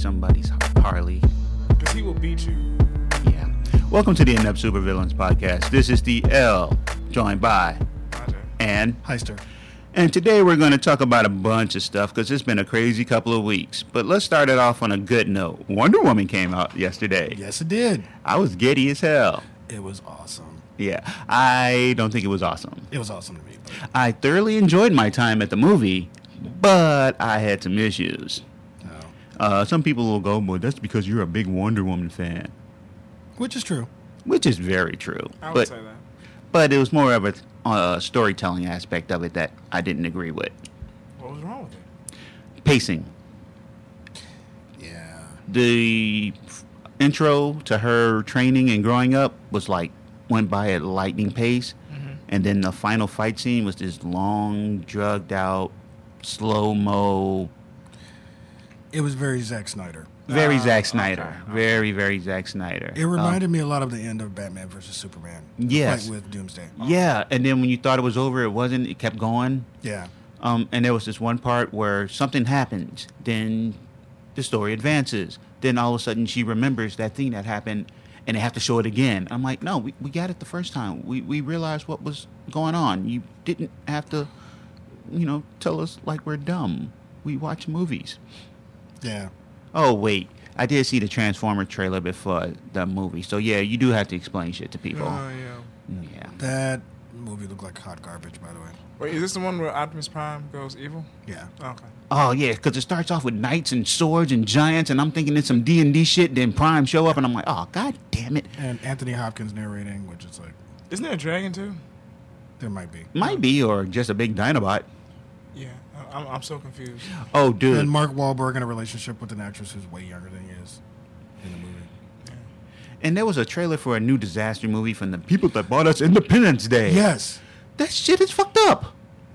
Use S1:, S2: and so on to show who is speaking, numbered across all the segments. S1: somebody's Harley.
S2: Cause he will beat you.
S1: Yeah. Welcome to the Inept Supervillains podcast. This is the L, joined by
S2: Roger.
S1: and
S3: Heister.
S1: and today we're going to talk about a bunch of stuff because it's been a crazy couple of weeks. But let's start it off on a good note. Wonder Woman came out yesterday.
S3: Yes, it did.
S1: I was giddy as hell.
S3: It was awesome.
S1: Yeah, I don't think it was awesome.
S3: It was awesome to me. but,
S1: I thoroughly enjoyed my time at the movie, but I had some issues.
S3: no.
S1: Uh, some people will go, well, that's because you're a big Wonder Woman fan,
S3: Which is true.
S1: which is very true.
S2: I would
S1: but,
S2: say that.
S1: but it was more of a uh, storytelling aspect of it that I didn't agree with.
S2: What was wrong with it?
S1: Pacing.
S3: Yeah.
S1: The f- intro to her training and growing up was like, went by at lightning pace.
S2: Mm-hmm.
S1: And then the final fight scene was this long, drugged out, slow mo,
S3: It was very Zack Snyder.
S1: Very
S2: Ah,
S1: Zack
S2: okay,
S1: Snyder.
S2: okay.
S1: Very, very Zack Snyder.
S3: It reminded me a lot of the end of Batman versus Superman. The
S1: Yes.
S3: Fight with Doomsday.
S1: Um, yeah, and then when you thought it was over, it wasn't. It kept going.
S3: Yeah.
S1: Um, and there was this one part where something happens, then the story advances. Then all of a sudden she remembers that thing that happened, and they have to show it again. I'm like, no, we, we got it the first time. We we realized what was going on. You didn't have to, you know, tell us like we're dumb. We watch movies.
S3: Yeah.
S1: Oh wait, I did see the Transformer trailer before the movie, so yeah, you do have to explain shit to people.
S2: Oh yeah.
S1: Yeah.
S3: That movie looked like hot garbage, by the way.
S2: Wait, is this the one where Optimus Prime goes evil?
S3: Yeah.
S2: Okay.
S1: Oh yeah, because it starts off with knights and swords and giants, and I'm thinking it's some D and D shit. Then Prime show up, and I'm like, oh god damn it,
S3: And Anthony Hopkins narrating, which is like,
S2: Isn't there a dragon too?
S3: there might be.
S1: might be or just a big Dinobot.
S2: Yeah. I- I'm, I'm so confused.
S1: Oh dude,
S3: And Mark Wahlberg in a relationship with an actress who's way younger than he is in the movie.
S1: and there was a trailer for a new disaster movie from the people that bought us Independence Day.
S3: Yes.
S1: that shit is fucked up.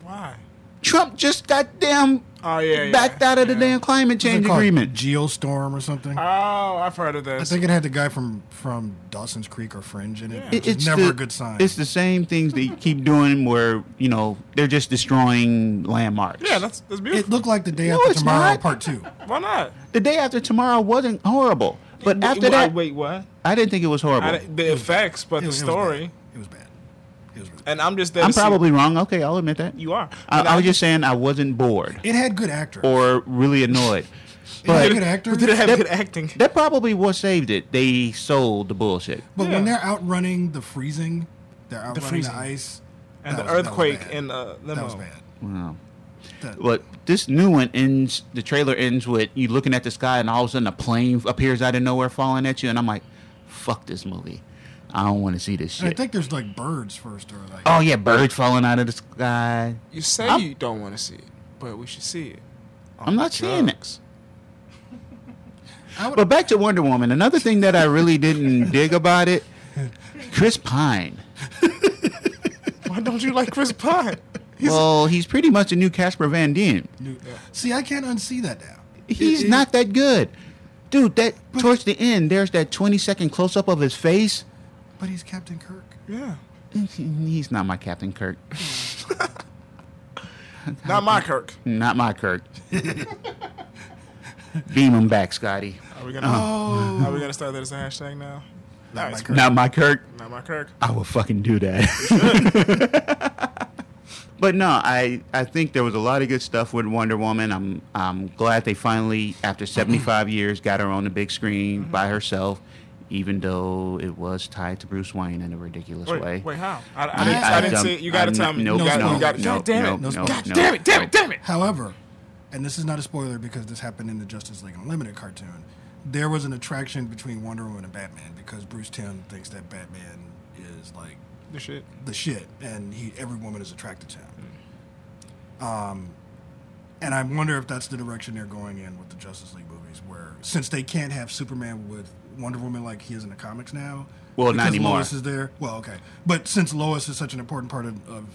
S2: Why?
S1: Trump just got damn
S2: Oh yeah. yeah.
S1: backed out of the
S2: Yeah.
S1: damn climate
S3: What's it
S1: change
S3: called?
S1: agreement.
S3: Geostorm or something.
S2: Oh, I've heard of this.
S3: I think it had the guy from from Dawson's Creek or Fringe in it.
S2: Yeah.
S3: Which
S1: It-
S3: is
S1: it's
S3: never
S1: the-
S3: a good sign.
S1: It's the same things they keep doing where you know they're just destroying landmarks.
S2: yeah, that's that's
S3: It
S2: beautiful.
S3: looked like the day
S1: No,
S3: after
S1: it's
S3: tomorrow,
S1: not.
S3: part two.
S2: Why not?
S1: the day after tomorrow wasn't horrible, but
S2: Wait,
S1: after
S2: wait,
S1: that,
S2: wait, what?
S1: I didn't think it was horrible.
S2: I, the effects, but
S3: It
S2: the
S3: was-
S2: story,
S3: It was bad. It was bad. It, was really bad.
S2: and I'm just there.
S1: I'm
S2: to see-
S1: probably wrong. Okay, I'll admit that.
S2: you are.
S1: I,
S2: And
S1: I was just saying I wasn't bored
S3: It had good actors.
S1: or really annoyed.
S3: it had
S1: But
S3: good actors.
S2: Did it have
S1: That-
S2: good acting?
S1: that probably what saved it. They sold the bullshit.
S3: but
S2: Yeah.
S3: when they're outrunning the freezing, they're outrunning the,
S2: freezing.
S3: ice.
S2: and
S3: that
S2: the
S3: was- that was
S2: earthquake
S3: bad.
S2: and the limo.
S3: That was bad.
S1: Wow.
S3: That-
S1: But this new one ends. The trailer ends with you looking at the sky, and all of a sudden a plane appears out of nowhere, falling at you, and I'm like, "Fuck this movie. I don't want to see this
S3: and I
S1: shit."
S3: think there's like birds first or like.
S1: oh yeah, birds falling out of the sky.
S2: You say
S1: I'm-
S2: you don't want to see it, but we should see it.
S1: I'm not seeing it.
S2: drugs.
S3: I would,
S1: But back to Wonder Woman. Another thing that I really didn't dig about it, Chris Pine.
S2: Why don't you like Chris Pine? He's
S1: well, he's pretty much a new Casper Van Dien.
S3: new- see, I can't unsee that now.
S1: He's
S3: It- it-
S1: not that good, dude. That towards the end, there's that 20 second close up of his face.
S3: But he's Captain Kirk.
S2: yeah,
S1: He's not my Captain Kirk.
S2: not my Kirk.
S1: Not my Kirk. Beam him back, Scotty.
S2: Are we gonna?
S1: Oh.
S2: Are we gonna start that as a hashtag now?
S3: Not
S2: Nice.
S3: my Kirk.
S1: Not my Kirk.
S2: Not my Kirk.
S1: I will fucking do that. but no, I, I think there was a lot of good stuff with Wonder Woman. I'm I'm glad they finally, after 75 years, got her on the big screen
S2: Mm-hmm.
S1: by herself, even though it was tied to Bruce Wayne in a ridiculous
S2: Wait,
S1: way.
S2: wait, how? I, I,
S1: I-
S2: didn't, I,
S1: I
S2: didn't
S1: dumb-
S2: see it. You gotta
S1: I'm
S2: tell
S1: not-
S2: me.
S1: no,
S2: you gotta,
S3: no,
S2: you gotta,
S3: no,
S2: God damn it!
S1: no,
S3: no,
S2: God
S1: no,
S2: damn it! Damn
S1: no.
S2: it! Damn it!
S3: However, and this is not a spoiler because this happened in the Justice League Unlimited cartoon, there was an attraction between Wonder Woman and Batman because Bruce Tim thinks that Batman is like
S2: The shit.
S3: the shit, and he every woman is attracted to him. Um, and I wonder if that's the direction they're going in with the Justice League movies, where since they can't have Superman with Wonder Woman like he is in the comics now,
S1: Well, not
S3: because
S1: anymore.
S3: Lois is there. Well, okay, but since Lois is such an important part of, of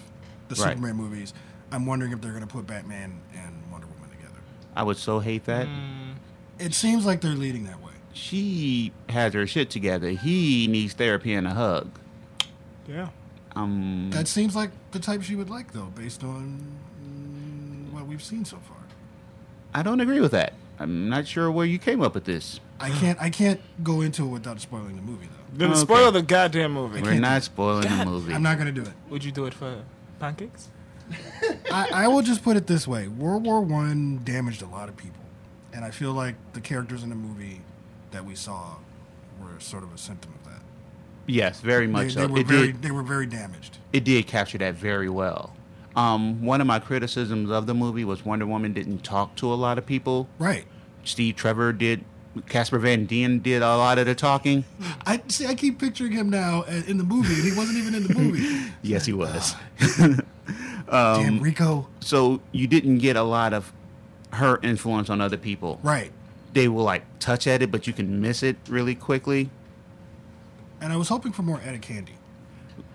S3: the
S1: Right.
S3: Superman movies, I'm wondering if they're going to put Batman and Wonder Woman together.
S1: I would so hate that.
S2: Mm.
S3: It seems like they're leading that way.
S1: Mm-hmm. She has her shit together. He needs therapy and a hug.
S2: Yeah.
S1: Um,
S3: That seems like the type she would like, though, based on mm, what we've seen so far.
S1: I don't agree with that. I'm not sure where you came up with this.
S3: I can't. I can't go into it without spoiling the movie, though.
S1: Okay.
S2: Then spoil the goddamn movie.
S1: We're not spoiling the movie.
S3: I'm not gonna do it.
S2: Would you do it for pancakes?
S3: I, I will just put it this way: World War One damaged a lot of people, and I feel like the characters in the movie that we saw were sort of a symptom of that.
S1: yes, very
S3: They,
S1: much
S3: they
S1: so.
S3: were
S1: It
S3: very.
S1: did,
S3: They were very damaged.
S1: it did capture that very well. Um, one of my criticisms of the movie was Wonder Woman didn't talk to a lot of people.
S3: Right.
S1: Steve Trevor did. Casper Van Dien did a lot of the talking.
S3: I see. I keep picturing him now uh, in the movie, and he wasn't even in the movie.
S1: Yes, he was. Um,
S3: Damn, Rico.
S1: so you didn't get a lot of her influence on other people.
S3: Right.
S1: They will like touch at it, but you can miss it really quickly.
S3: And I was hoping for more Etta Candy.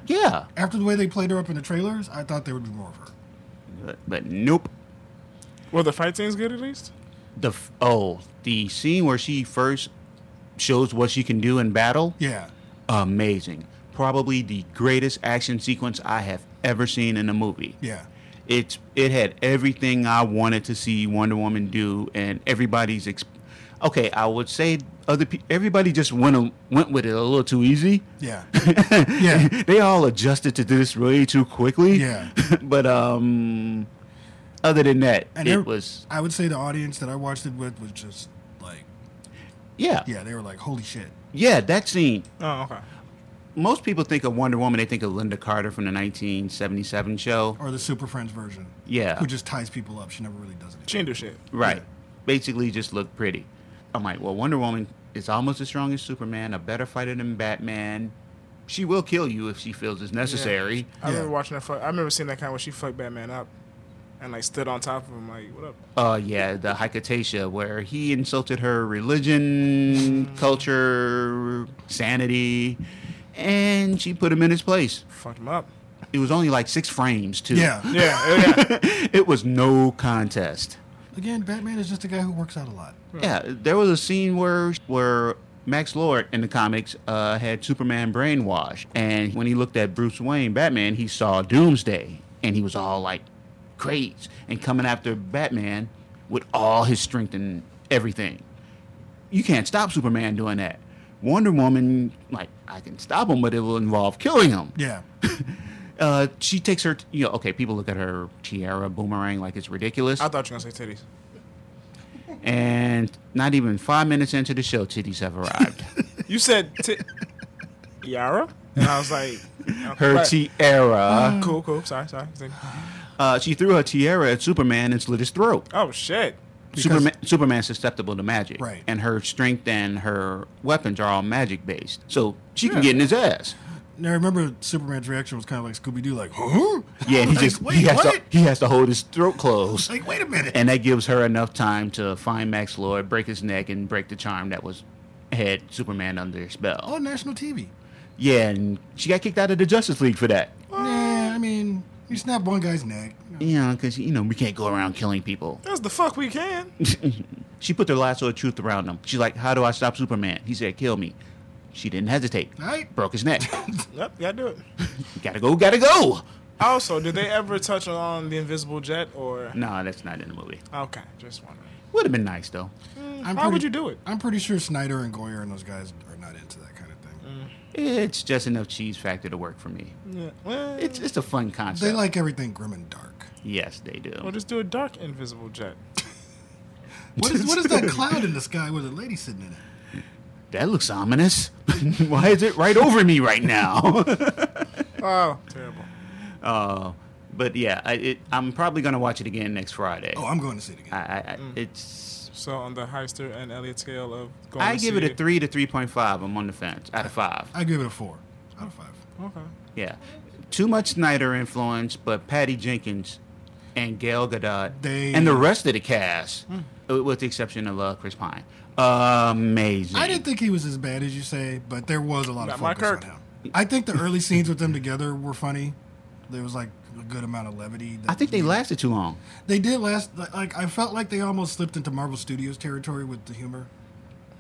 S1: Yeah,
S3: After the way they played her up in the trailers, I thought there would be more of her.
S1: but, but nope.
S2: Were the fight scenes good at least?
S1: The f- oh, the scene where she first shows what she can do in battle,
S3: Yeah.
S1: amazing. Probably the greatest action sequence I have ever seen in a movie.
S3: Yeah.
S1: It's it had everything I wanted to see Wonder Woman do, and everybody's. Exp- okay, I would say other pe- everybody just went a- went with it a little too easy.
S3: Yeah. yeah.
S1: they all adjusted to this way too quickly.
S3: Yeah.
S1: but um, other than that,
S3: And
S1: it
S3: there-
S1: was
S3: I would say the audience that I watched it with was just like,
S1: yeah, yeah
S3: yeah, they were like, holy shit.
S1: that scene.
S2: Oh, okay.
S1: Most people think of Wonder Woman, they think of Linda Carter from the 1977 show.
S3: Or the Super Friends version.
S1: Yeah.
S3: Who just ties people up. She never really does anything.
S2: She didn't do shit.
S1: Right.
S3: Yeah.
S1: Basically, just look pretty. I'm like, well, Wonder Woman is almost as strong as Superman, a better fighter than Batman. She will kill you if she feels it's necessary.
S2: I
S3: Yeah.
S2: remember watching that fight. I remember seeing that kind where she fucked Batman up and like stood on top of him like, what up?
S1: Uh, yeah, the Hypotasia, where he insulted her religion, culture, sanity, and she put him in his place.
S2: Fucked him up.
S1: It was only like six frames, too.
S3: Yeah.
S2: Yeah, yeah.
S1: it was no contest.
S3: Again, Batman is just a guy who works out a lot.
S1: Yeah, there was a scene where where Max Lord in the comics uh, had Superman brainwashed, and when he looked at Bruce Wayne, Batman, he saw Doomsday, and he was all like crazed and coming after Batman with all his strength and everything. You can't stop Superman doing that. Wonder Woman, like I can stop him, but it will involve killing him.
S3: Yeah.
S1: Uh, she takes her, you know, okay. People look at her tiara boomerang like it's ridiculous.
S2: I thought you were going to say titties.
S1: And not even five minutes into the show, titties have arrived.
S2: You said t- Yara? And I was like, okay,
S1: her
S2: right.
S1: tiara.
S2: Cool, cool. Sorry, sorry. It's like,
S1: Uh, she threw her tiara at Superman and slit his throat.
S2: oh, shit.
S3: Because-
S1: Superman, Superman's susceptible to magic,
S3: Right.
S1: And her strength and her weapons are all magic based, so she can get in his ass.
S3: Now, remember Superman's reaction was kind of like Scooby Doo, like, huh?
S1: Yeah, and he
S3: Like,
S1: just
S3: wait,
S1: he has
S3: what?
S1: to he has to hold his throat closed,
S3: like, wait a minute.
S1: and that gives her enough time to find Max Lord, break his neck, and break the charm that was had Superman under his spell.
S3: on national TV.
S1: Yeah, and she got kicked out of the Justice League for that.
S3: Nah, I mean, you snap one guy's neck.
S2: Mm,
S1: You know, because you know we can't go around killing people.
S2: That's the fuck we can.
S1: She put the lasso of truth around him. She's like, "How do I stop Superman?" He said, "Kill me." She didn't hesitate.
S3: Right.
S1: Broke his neck.
S2: Yep, gotta do it.
S1: gotta go. Gotta go.
S2: Also, did they ever touch on the invisible jet or.
S1: No, that's not in the movie.
S2: Okay, just wondering.
S1: Would have been nice though.
S3: I'm
S2: Why would
S3: pretty-
S2: you do it?
S3: I'm pretty sure Snyder and Goyer and those guys are not into that kind of thing.
S2: Mm.
S1: It's just enough cheese factor to work for me.
S2: Yeah. Well,
S1: It's just a fun concept.
S3: They like everything grim and dark.
S1: yes, they do.
S2: or just do a dark invisible jet.
S3: What is what is that cloud in the sky with a lady sitting in it?
S1: that looks ominous. Why is it right over me right now?
S2: Oh, terrible.
S1: uh, but yeah, I, it, I'm probably gonna watch it again next Friday.
S3: Oh, Mm. I'm going to see it again.
S1: I, I, I it's.
S2: So on the Heister and Elliot scale of going
S1: I
S2: to
S1: give it
S2: see
S1: a three to three point five. I'm on the fence. Out of five.
S3: I give it a four out of five.
S2: Okay.
S1: Yeah. Too much Snyder influence, but Patty Jenkins and Gail Gadot
S3: They-
S1: and the rest of the cast, uh, with the exception of uh, Chris Pine, amazing.
S3: I didn't think he was as bad as you say, but there was a lot of
S2: Not my
S3: focus on
S2: Kirk.
S3: him. I think the early scenes with them together were funny. There was like a good amount of levity. that
S1: I think
S3: was
S1: they lasted too long.
S3: They did last. Like like, I felt like they almost slipped into Marvel Studios territory with the humor.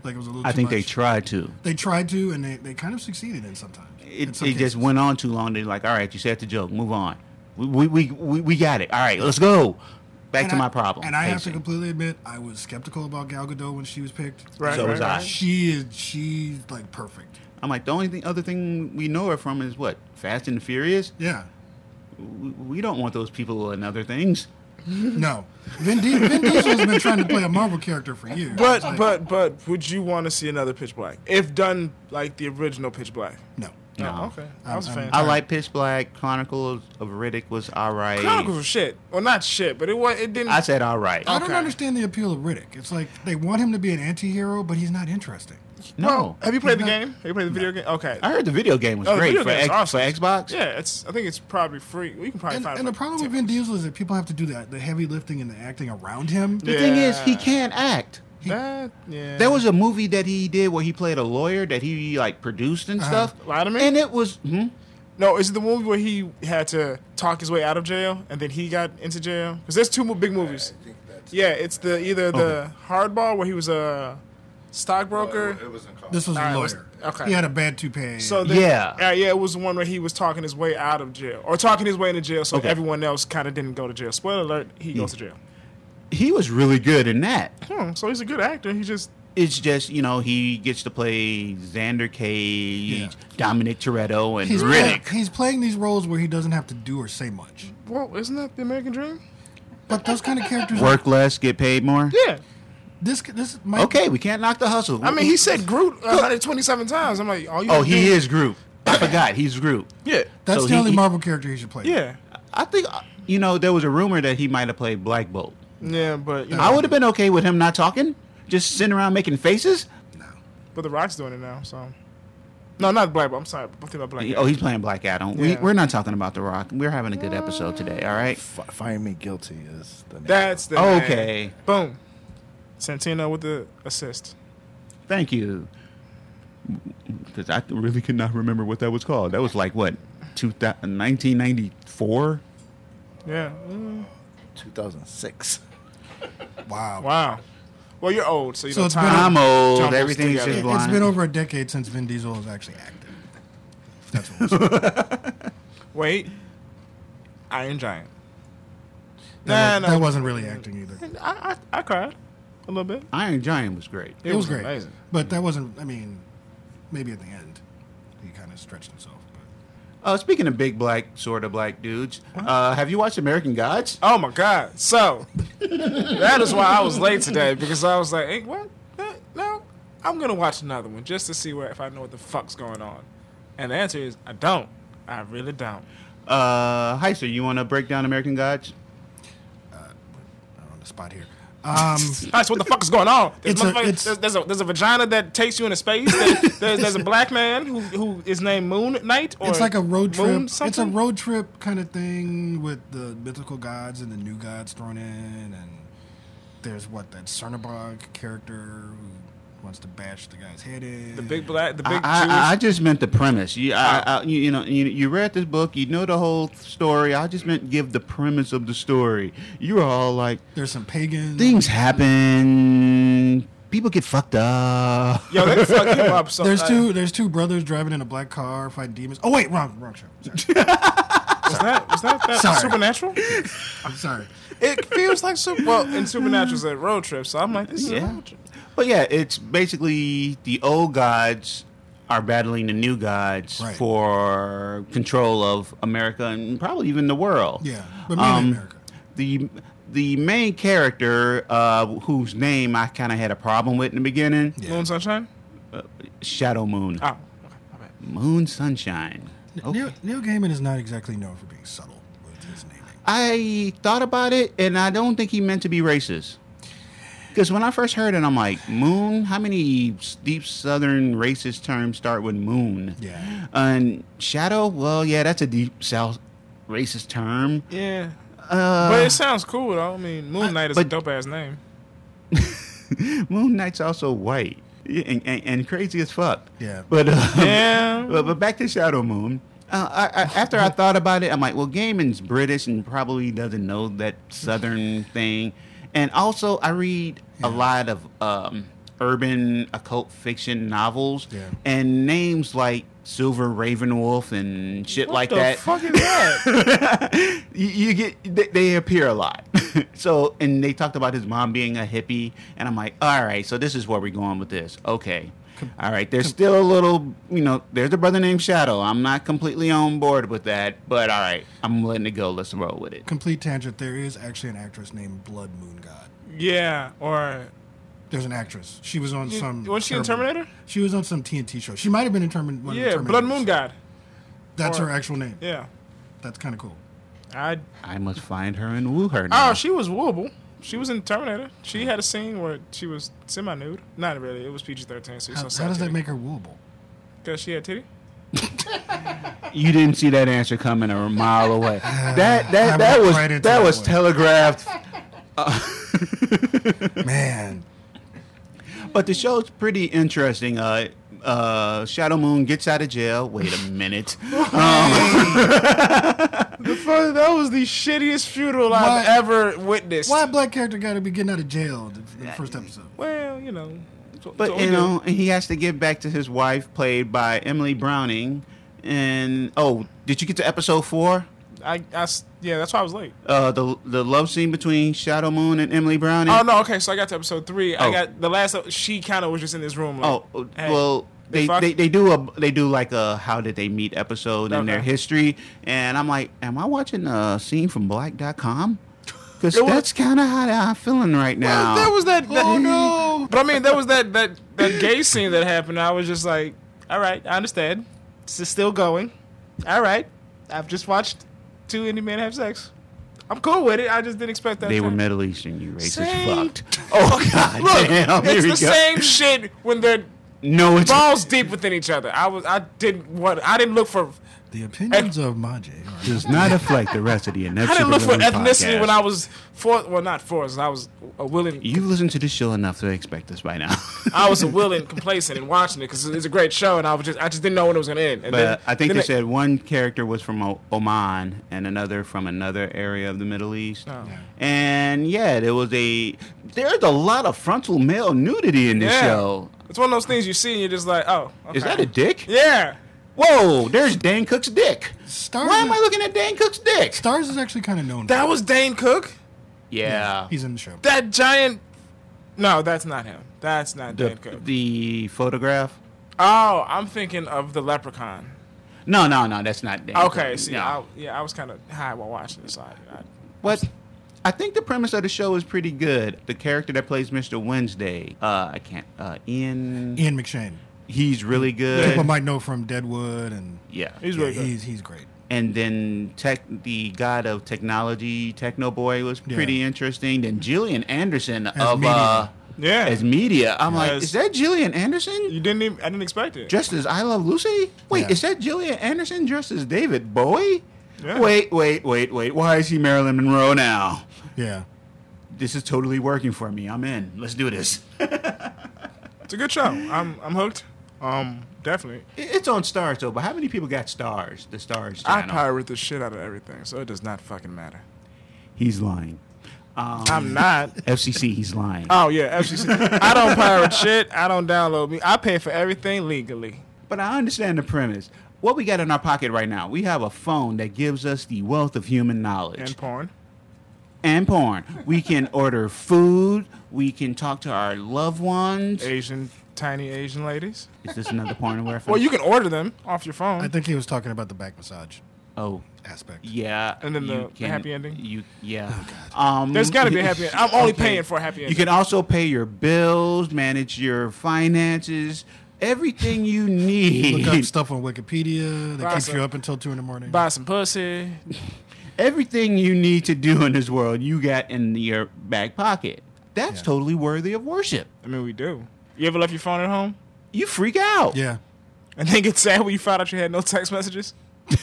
S3: Like it was a little.
S1: I
S3: too
S1: think they
S3: much.
S1: tried to.
S3: They tried to, and they, they kind of succeeded in sometimes.
S1: It,
S3: In
S1: it
S3: some
S1: just
S3: cases.
S1: went on too long. They're like, all right, you said the joke, move on. We we, we, we got it. All right, let's go. back
S3: And
S1: to
S3: I-
S1: my problem.
S3: And I have to
S1: pacing.
S3: completely admit, I was skeptical about Gal Gadot when she was picked.
S2: Right,
S1: So
S2: right,
S1: was
S2: right.
S1: I.
S3: She is she's like perfect.
S1: I'm like the only thing, other thing we know her from is what Fast and Furious.
S3: Yeah.
S1: We, we don't want those people in other things.
S3: No. Vin, Di- Vin Diesel's been trying to play a Marvel character for years. It's
S2: But
S3: like,
S2: but but would you want to see another Pitch Black if done like the original Pitch Black?
S3: no.
S1: No.
S2: Oh, okay, I was a
S3: I'm-
S2: fan.
S1: I like Pitch Black. Chronicles of Riddick was all right.
S2: Chronicles was shit. Well, not shit, but it was. It didn't.
S1: I said all right.
S3: I don't
S2: Okay.
S3: understand the appeal of Riddick. It's like they want him to be an anti-hero, but he's not interesting.
S1: no,
S2: Have you played the
S3: He's not-
S2: game? Have you played the video game? Okay.
S1: I heard the video game was
S2: Oh, the
S1: great
S2: video
S1: for,
S2: game's
S1: X,
S2: awesome.
S1: for Xbox.
S2: Yeah, it's. I think it's probably free. We can probably
S3: And,
S2: find.
S3: and the
S2: like,
S3: problem with
S2: 10
S3: Vin Diesel is that people have to do that, the heavy lifting and the acting around him.
S1: The thing is, he
S2: Yeah.
S1: can't act.
S2: That, yeah.
S1: There was a movie that he did where he played a lawyer that he like produced and
S2: Uh-huh.
S1: stuff.
S2: Latimer?
S1: And it was hmm?
S2: no. Is it the movie where he had to talk his way out of jail and then he got into jail? Because there's two mo- big movies.
S4: I think that's
S2: Yeah, it's the either the Hardball where he was a stockbroker.
S4: It wasn't called.
S3: This was
S2: All right,
S3: a
S2: let's-
S3: lawyer.
S2: okay.
S3: He had a bad toupee.
S2: So then, uh,
S1: Yeah.
S2: yeah, yeah, it was the one where he was talking his way out of jail or talking his way into jail, so
S1: Okay.
S2: everyone else kind of didn't go to jail. Spoiler alert: he goes to jail.
S1: he was really good in that.
S2: Hmm, so he's a good actor. He just
S1: It's just you know he gets to play Xander Cage,
S3: Yeah.
S1: Dominic Toretto, and
S3: he's, play-
S1: Riddick.
S3: he's playing these roles where he doesn't have to do or say much.
S2: well, isn't that the American dream?
S3: But those kind of characters,
S1: Work less, get paid more.
S2: Yeah.
S3: this this might
S1: Okay, we can't knock the hustle.
S2: I mean, he said Groot 127 times. I'm like, all you
S1: oh,
S2: have to
S1: he
S2: do-
S1: is Groot. I forgot he's Groot.
S2: Yeah.
S3: That's
S1: So
S3: the
S1: he-
S3: only
S1: he-
S3: Marvel character he should play.
S2: Yeah.
S1: I think uh, you know there was a rumor that he might have played Black Bolt.
S2: Yeah, but you know,
S1: I would have been okay with him not talking, just sitting around making faces.
S2: but The Rock's doing it now, so. No, not Black. Bolt. I'm sorry. I'm thinking about Black.
S1: Oh, he's playing Black Adam. We,
S2: Yeah.
S1: we're not talking about The Rock. We're having a good episode today. All right.
S4: F- find me guilty is the name.
S2: That's the man.
S1: Okay.
S2: Boom. Santino with the assist.
S1: Thank you. Because I really could not remember what that was called. That was like what, 2000 1994?
S2: Yeah. Mm.
S4: 2006.
S3: Wow.
S2: Wow. Well, you're old, so you
S3: So
S2: know
S3: it's been
S2: time.
S1: I'm old.
S2: Jumbles
S1: Everything's
S2: together.
S1: just
S2: It-
S3: It, has been
S1: blind.
S3: over a decade since Vin Diesel has actually acted. That's what we're saying.
S2: Wait. Iron Giant.
S3: that,
S2: Nah,
S3: that
S2: no.
S3: wasn't really acting either.
S2: I, I I cried a little bit.
S1: Iron Giant was great.
S3: It, was, great,
S2: amazing.
S3: but that wasn't. I mean, maybe at the end, he kind of stretched himself. But
S1: Uh, speaking of big black, sort of black dudes, uh, have you watched American Gods?
S2: Oh my God! So that is why I was late today because I was like, "Hey, what? No, No, I'm gonna watch another one just to see where if I know what the fuck's going on." And the answer is, I don't. I really don't.
S1: Uh, Heiser, you want to break down American Gods?
S3: I'm on the spot here. Um,
S2: That's what the fuck is going on. There's,
S3: It's a-
S2: motherfuckers-
S3: it's-
S2: there's, there's a there's a vagina that takes you into space. There- there's, there's a black man who who is named Moon Knight. Or
S3: it's like a road
S2: Moon
S3: trip. It's a
S2: something?
S3: road trip kind of thing with the mythical gods and the new gods thrown in, and there's what that Cernabog character who wants to bash the guy's head in.
S2: The big black. The
S1: I,
S2: big
S1: I, I
S2: Jewish.
S1: just meant the premise. You, I, I, you, you know, you, you read this book, you know the whole story. I just meant give the premise of the story. You were all like,
S3: There's some pagan
S1: things happen, people get fucked up.
S2: Yo, they fuck him up. So
S3: There's
S2: like,
S3: two. There's two brothers driving in a black car, fight demons. Oh wait, wrong, wrong show. Sorry.
S2: Was that was that, that
S3: Sorry.
S2: supernatural?
S3: I'm sorry.
S2: It feels like super. Well, in Supernatural's a road trip, so I'm like, this is a
S1: Yeah.
S2: road trip.
S1: But yeah, it's basically the old gods are battling the new gods
S3: Right.
S1: for control of America and probably even the world.
S3: Yeah, but mainly
S1: Um,
S3: America.
S1: The the main character, uh, whose name I kind of had a problem with in the beginning,
S3: Yeah. Uh,
S2: Moon Sunshine?
S1: Shadow Moon,
S2: Oh, okay. my bad.
S1: Moon Sunshine.
S3: Neil, Neil Gaiman is not exactly known for being subtle with his naming.
S1: I thought about it, and I don't think he meant to be racist. Because when I first heard it, I'm like, "Moon? How many s- deep Southern racist terms start with moon?"
S3: Yeah.
S1: And shadow? Well, yeah, that's a deep South racist term.
S2: Yeah.
S1: Uh,
S2: but it sounds cool, though. I mean, Moon Knight is a
S1: but-
S2: dope ass name.
S1: Moon Knight's also white and, and, and crazy as fuck.
S3: Yeah.
S1: But uh,
S2: Yeah.
S1: But, but back to Shadow Moon. Uh, I, I, after I thought about it, I'm like, well, Gaiman's British and probably doesn't know that Southern thing. And also, I read a lot of um, urban occult fiction novels,
S3: Yeah.
S1: and names like Silver Ravenwolf and shit like
S2: the
S1: that.
S2: fuck is that?
S1: you, you get they, they appear a lot. so and they talked about his mom being a hippie, and I'm like, all right, so this is where we're going with this. Okay, all right. There's still a little, you know, there's a brother named Shadow. I'm not completely on board with that, but all right, I'm letting it go. Let's roll with it.
S3: Complete tangent. There is actually an actress named Blood Moon God.
S2: yeah, or
S3: There's an actress. She was on
S2: You-
S3: some.
S2: was she in
S3: terrible-
S2: Terminator?
S3: She was on some TNT show. She might have been in Termin- one of the
S2: yeah,
S3: Terminator.
S2: Blood Moon God.
S3: That's
S2: or-
S3: her actual name.
S2: Yeah,
S3: That's kind of cool.
S2: I.
S1: I must find her and woo her. Now.
S2: Oh, she was wooable. She was in Terminator. She had a scene where she was semi-nude. Not really. It was PG-13. So
S3: How, how does that make her wooable?
S2: Because she had titty.
S1: you didn't see that answer coming a mile away. That that
S3: I
S1: that
S3: walked
S1: was
S3: right into
S1: that
S3: that
S1: was
S3: one.
S1: telegraphed.
S3: Man,
S1: But the show's pretty interesting. Uh, uh, Shadow Moon gets out of jail. Wait a minute.
S2: The fuck, that was the shittiest funeral I've
S3: What?
S2: ever witnessed.
S3: why a black character got to be getting out of jail in the first episode?
S2: Well, you know. it's what- it's
S1: But
S2: what we
S1: you
S2: do.
S1: know, he has to give back to his wife, played by Emily Browning. And oh, did you get to episode four?
S2: I, I s- yeah, that's why I was late.
S1: Uh, the the love scene between Shadow Moon and Emily Browning.
S2: Oh no, okay, so I got to episode three. I
S1: Oh.
S2: got the last. She kind of was just in this room. Like,
S1: Oh, uh,
S2: hey.
S1: well,
S2: they
S1: they,
S2: fuck?
S1: they they do a they do like a how did they meet episode in their
S2: Okay.
S1: history, and I'm like, am I watching a scene from Black.com? Because
S2: It was-
S1: that's kind of how I'm feeling right now.
S2: Well, there was that. that-
S3: Oh, no.
S2: But I mean, there was that that that gay scene that happened. I was just like, all right, I understand. This is still going. All right, I've just watched two indie men have sex. I'm cool with it. I just didn't expect that.
S1: they
S2: to
S1: were
S2: happen.
S1: Middle Eastern, you racist
S2: Same.
S1: fucked. Oh god,
S2: Look,
S1: damn, here
S2: it's
S1: we
S2: the
S1: go.
S2: same shit when they're
S1: No, it's
S2: balls deep within each other. I was I didn't want I didn't look for
S3: The opinions of Majay are
S1: does not affect the rest of the Inept
S2: I didn't look for ethnicity when I was for well not forced. I was a willing
S1: You've listened to this show enough to expect this by now.
S2: I was a willing complacent and watching it because it's a great show and I was just I just didn't know when it was gonna end. And
S1: but
S2: then-
S1: I think
S2: then
S1: they
S2: it-
S1: said one character was from o- Oman and another from another area of the Middle East.
S2: Oh. Yeah.
S1: And yeah, there was a there's a lot of frontal male nudity in this
S2: yeah.
S1: show.
S2: It's one of those things you see and you're just like, oh, okay.
S1: Is that a dick?
S2: yeah?
S1: Whoa, there's Dan Cook's dick.
S3: Stars
S1: Why am
S3: is-
S1: I looking at Dan Cook's dick?
S3: Stars is actually kind of known.
S2: That was Dane Cook.
S1: Yeah.
S3: he's in the show.
S2: That giant. No, that's not him. That's not Dane
S1: the,
S2: Cook.
S1: the photograph?
S2: Oh, I'm thinking of the Leprechaun.
S1: No, no, no, that's not Dan
S2: Okay,
S1: Cook.
S2: see,
S1: No.
S2: I, yeah, I was kind of high while watching this. So I, I,
S1: But I think the premise of the show is pretty good. The character that plays Mr. Wednesday, uh, I can't, uh, Ian,
S3: Ian McShane.
S1: he's really
S3: People
S1: good.
S3: might know from Deadwood, and
S1: Yeah.
S2: he's
S3: yeah,
S2: really good.
S3: he's he's great.
S1: And then tech, the god of technology, Techno Boy, was
S3: Yeah.
S1: pretty interesting. Then Jillian Anderson
S3: As
S1: of
S3: media.
S1: uh,
S2: yeah,
S1: as media. I'm like,
S2: As-
S1: is that Jillian Anderson
S2: you didn't. Even, I didn't expect it.
S1: dressed as I Love Lucy? Wait,
S3: Yeah.
S1: is that Jillian Anderson dressed as David Bowie?
S2: Yeah.
S1: Wait, wait, wait, wait. Why is he Marilyn Monroe now?
S3: Yeah,
S1: This is totally working for me. I'm in. Let's do this.
S2: It's a good show. I'm I'm hooked. Um, definitely.
S1: It- It's on Stars though, but how many people got Stars? The Stars
S2: I
S1: channel.
S2: pirate the shit out of everything, so it does not fucking matter.
S1: He's lying.
S2: I'm not.
S1: FCC, he's lying.
S2: Oh yeah, FCC. I don't pirate shit. I don't download me. I pay for everything legally.
S1: But I understand the premise. What we got in our pocket right now, we have a phone that gives us the wealth of human knowledge
S2: And porn.
S1: and porn. We can order food. We can talk to our loved ones.
S2: Asian tiny Asian ladies.
S1: Is this another porn reference?
S2: Well, you can order them off your phone.
S3: I think he was talking about the back massage
S1: oh,
S3: aspect.
S1: yeah.
S2: And then the-
S1: you
S2: the happy ending? Oh,
S1: You yeah. um,
S2: There's got to be a happy. End. I'm only paying for a happy
S1: You
S2: ending.
S1: can also pay your bills, manage your finances, everything you need.
S3: Look up stuff on Wikipedia that keeps
S2: Awesome.
S3: you up until two in the morning.
S2: Buy some pussy.
S1: everything you need to do in this world you got in your back pocket that's
S3: Yeah.
S1: totally worthy of worship
S2: I mean, we do. You ever left your phone at home
S1: you freak out
S3: Yeah,
S2: and then get sad when you find out you had no text messages?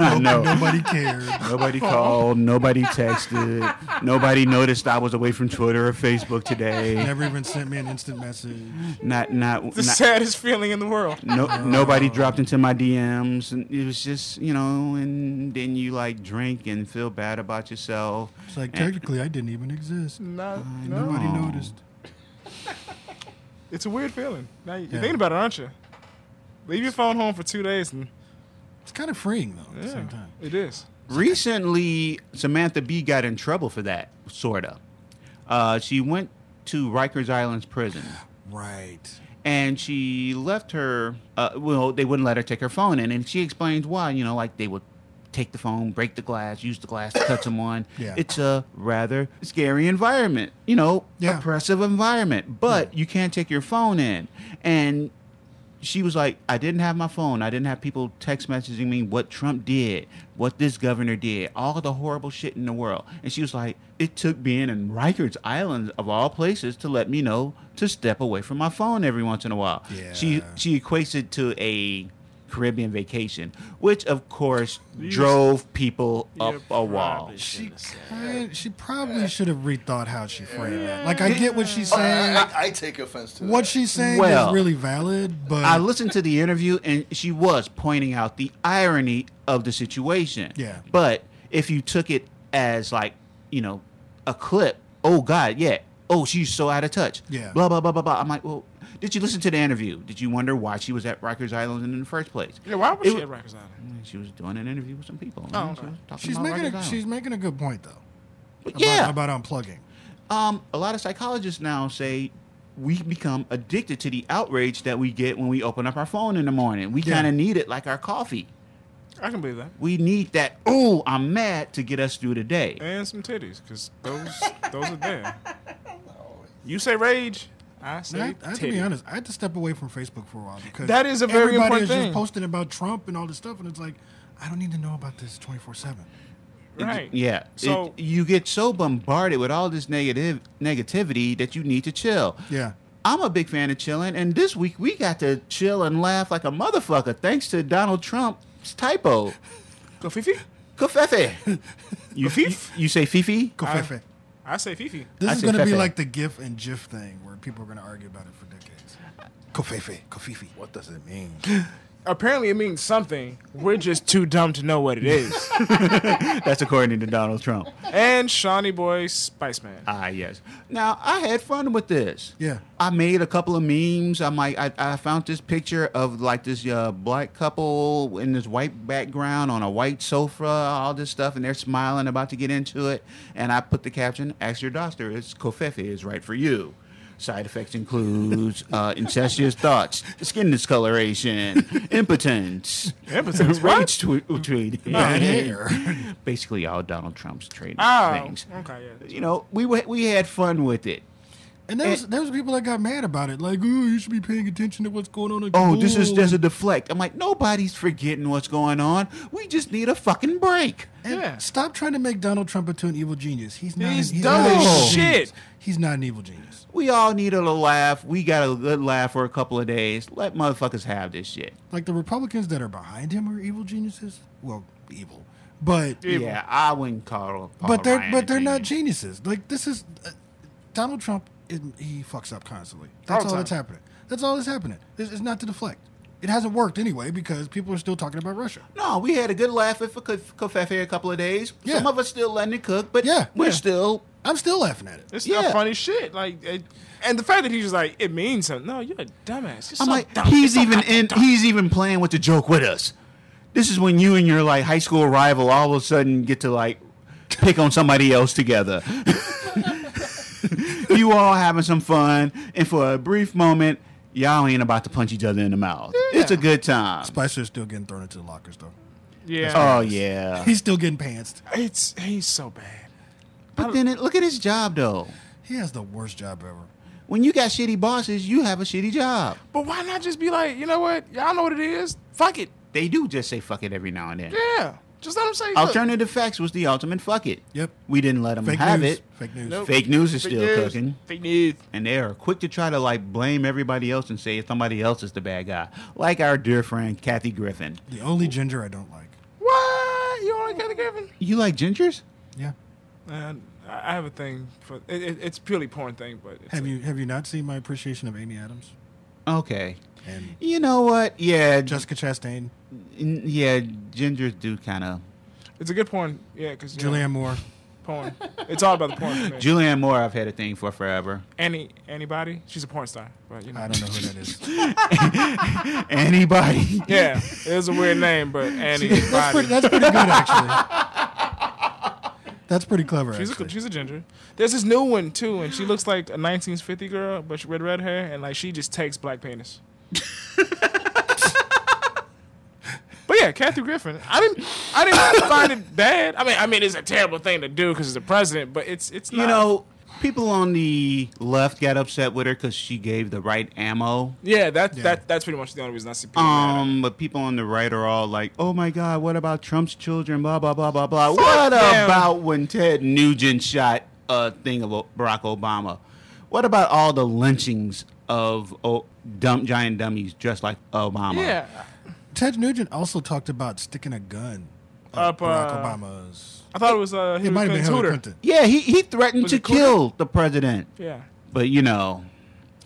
S1: i know
S3: nobody cared.
S1: nobody called nobody texted nobody noticed i was away from twitter or facebook today
S3: Never even sent me an instant message.
S1: not not,
S2: The
S1: not-
S2: saddest feeling in the world.
S3: Oh.
S1: no, nobody dropped into my DMs, and it was just you know. And then you like drink and feel bad about yourself.
S3: It's like
S1: And-
S3: technically I didn't even exist.
S2: No, no.
S3: Nobody
S1: Oh.
S3: noticed.
S2: It's a weird feeling. Now you- you're
S3: Yeah.
S2: thinking about it, aren't you? Leave your phone home for two days, and
S3: It's kind of freeing though at
S2: yeah,
S3: the same time.
S2: it is.
S1: Recently, Samantha Bee got in trouble for that, sort of. Uh, she went to Rikers Island's prison
S3: Right.
S1: and she left her, uh, well, they wouldn't let her take her phone in. And she explains why, you know, like they would take the phone, break the glass, use the glass to cut someone.
S3: Yeah.
S1: It's a rather scary environment, you know,
S3: Yeah.
S1: oppressive environment, but you can't take your phone in. And she was like, I didn't have my phone. I didn't have people text messaging me what Trump did, what this governor did, all the horrible shit in the world. And she was like, it took being in Rikers Island of all places to let me know to step away from my phone every once in a while. She
S3: Yeah.
S1: she equates it to a Caribbean vacation, which of course drove people up a wall.
S3: She kind, she probably should have rethought how she framed that. Like I get what she's saying.
S4: I, I take offense to
S3: What
S4: that.
S3: she's saying
S1: Well,
S3: is really valid, but
S1: I listened to the interview, and she was pointing out the irony of the situation.
S3: Yeah.
S1: But if you took it as like, you know, a clip, oh God, yeah, oh she's so out of touch.
S3: Yeah.
S1: Blah blah blah blah blah. I'm like, well, did you listen to the interview? Did you wonder why she was at Rikers Island in the first place?
S2: Yeah, why was
S1: It
S2: she at
S1: wa-
S2: Rikers Island?
S1: She was doing an interview with some people.
S2: Oh,
S1: and she
S2: okay.
S1: was talking
S3: she's
S1: about
S3: making
S1: Rikers
S3: a,
S1: Island.
S3: she's making a good point though.
S1: But
S3: About,
S1: yeah.
S3: about unplugging.
S1: Um, a lot of psychologists now say we become addicted to the outrage that we get when we open up our phone in the morning. We
S3: Yeah.
S1: kind of need it like our coffee.
S2: I can believe that.
S1: We need that. Oh, I'm mad to get us through the day.
S2: And some titties, because those those are there. You say rage, I say
S3: And I, I have to
S2: titty.
S3: be honest. I had to step away from Facebook for a while because
S2: That is a very
S3: everybody
S2: important
S3: is
S2: thing.
S3: just posting about Trump and all this stuff, and it's like I don't need to know about this twenty four seven.
S2: Right.
S1: Yeah.
S2: So-
S1: It- you get so bombarded with all this negative negativity that you need to chill.
S3: Yeah,
S1: I'm a big fan of chilling, and this week we got to chill and laugh like a motherfucker thanks to Donald Trump's typo.
S2: Go Fifi.
S1: Kofefe. You, you, you say Fifi?
S3: go
S2: I-
S3: Fefe.
S2: I say Fifi.
S3: This
S1: I
S3: is
S1: say
S3: going to be
S1: Fefe.
S3: like the GIF and GIF thing where people are going to argue about it for decades. Kofefe, Kofifi.
S4: What does it mean?
S2: Apparently, it means something. We're just too dumb to know what it is.
S1: That's according to Donald Trump.
S2: and Shawnee Boy Spice Man.
S1: Ah, yes. Now I had fun with this.
S3: Yeah.
S1: I made a couple of memes. I'm like, I, I found this picture of like this uh, black couple in this white background on a white sofa, all this stuff, and they're smiling, about to get into it. And I put the caption: "Ask your doctor. It's Kofefe is right for you." Side effects includes uh, incestuous thoughts, skin discoloration, impotence,
S2: Impotence,
S1: rage tw- tweeting,
S3: Bad hair.
S1: basically all Donald Trump's trading
S2: Oh,
S1: things
S2: okay, yeah.
S1: you know, we wa- we had fun with it.
S3: And there was, there was people that got mad about it, like, "Oh, you should be paying attention to what's going on." At
S1: Oh, this is
S3: school."
S1: there's a deflect. I'm like, nobody's forgetting what's going on. We just need a fucking break.
S3: And
S2: Yeah.
S3: Stop trying to make Donald Trump into an evil genius. He's not.
S2: He's
S3: an, he's
S2: dumb
S3: not an
S1: as
S3: evil
S2: shit.
S3: genius. He's not an evil genius.
S1: We all need a little laugh. We got a good laugh for a couple of days. Let motherfuckers have this shit.
S3: Like the Republicans that are behind him are evil geniuses. Well, evil, but
S2: Evil.
S1: Yeah, I wouldn't call. Paul
S3: but they're
S1: Ryan a
S3: but they're not
S1: genius.
S3: geniuses. Like this is uh, Donald Trump. Is, he fucks up constantly.
S2: All the
S3: That's all
S2: time.
S3: that's happening. That's all that's happening. This is not to deflect. It hasn't worked anyway because people are still talking about Russia.
S1: No, we had a good laugh at Kofefe a couple of days.
S3: Yeah.
S1: Some of us still letting it cook, but
S3: Yeah.
S1: we're
S3: Yeah.
S1: still.
S3: I'm still laughing at it.
S2: It's not
S1: Yeah.
S2: funny shit. Like, it, and the fact that he's just like, it means something. No, you're a dumbass. You're so
S1: I'm like,
S2: dumb.
S1: he's even in. He's even playing with the joke with us. This is when you and your like high school rival all of a sudden get to like pick on somebody else together. you all having some fun, and for a brief moment, y'all ain't about to punch each other in the mouth. It's a good time.
S3: Spicer's still getting thrown into the lockers though.
S2: Yeah.
S1: Oh yeah.
S3: He's still getting pantsed.
S2: it's he's so bad.
S1: But then it, look at his job though.
S3: He has the worst job ever.
S1: When you got shitty bosses, you have a shitty job.
S2: But why not just be like, you know what? Y'all know what it is. Fuck it.
S1: They do just say fuck it every now and then.
S2: Yeah. Just let him say. look,
S1: Alternative facts was the ultimate fuck it.
S3: Yep.
S1: We didn't let them
S3: Fake
S1: have
S3: news.
S1: it.
S3: Fake news.
S2: Nope.
S1: Fake news is
S2: fake
S1: still
S2: news,
S1: cooking.
S2: Fake news.
S1: And they are quick to try to like blame everybody else and say if somebody else is the bad guy. Like our dear friend Kathy Griffin.
S3: The only ginger I don't like.
S2: What? You don't like Kathy Griffin?
S1: You like gingers?
S3: Yeah.
S2: And I I have a thing for it, it, it's purely porn thing, but it's
S3: Have
S2: a-
S3: you have you not seen my appreciation of Amy Adams
S1: Okay.
S3: and
S1: You know what? Yeah, just
S3: Jessica Chastain,
S1: yeah, gingers do kind of.
S2: It's a good porn. Yeah, because
S3: Julianne Moore?
S2: Porn. It's all about the porn. for me.
S1: Julianne Moore, I've had a thing for forever.
S2: Any anybody? She's a porn star, but you know.
S3: I don't know who that is.
S1: Anybody?
S2: Yeah, it is a weird name, but anybody.
S3: that's, pretty, that's pretty good, actually. That's pretty clever,
S2: She's
S3: actually.
S2: a, she's a ginger. There's this new one too, and she looks like a 1950 girl, but she red red hair, and like she just takes black penis. but yeah, Kathy Griffin. I didn't I didn't find it bad. I mean, I mean, it's a terrible thing to do because it's the president, but it's it's
S1: You
S2: not-
S1: know, people on the left got upset with her because she gave the right ammo.
S2: Yeah, that
S3: Yeah.
S2: that that's pretty much the only reason I see people. mad at it.
S1: Um, but people on the right are all like, "Oh my God, what about Trump's children?" Blah blah blah blah blah. What
S2: them.
S1: about when Ted Nugent shot a thing of O- Barack Obama? What about all the lynchings of oh, dumb giant dummies dressed like Obama?
S2: yeah,
S3: Ted Nugent also talked about sticking a gun
S2: Up,
S3: up Barack
S2: uh,
S3: Obama's.
S2: I thought it was uh,
S3: It might have been Hillary
S2: Tudor.
S3: Clinton.
S1: yeah. He he threatened
S2: Was
S1: to
S2: it Clinton?
S1: kill the president,
S2: Yeah,
S1: but you know,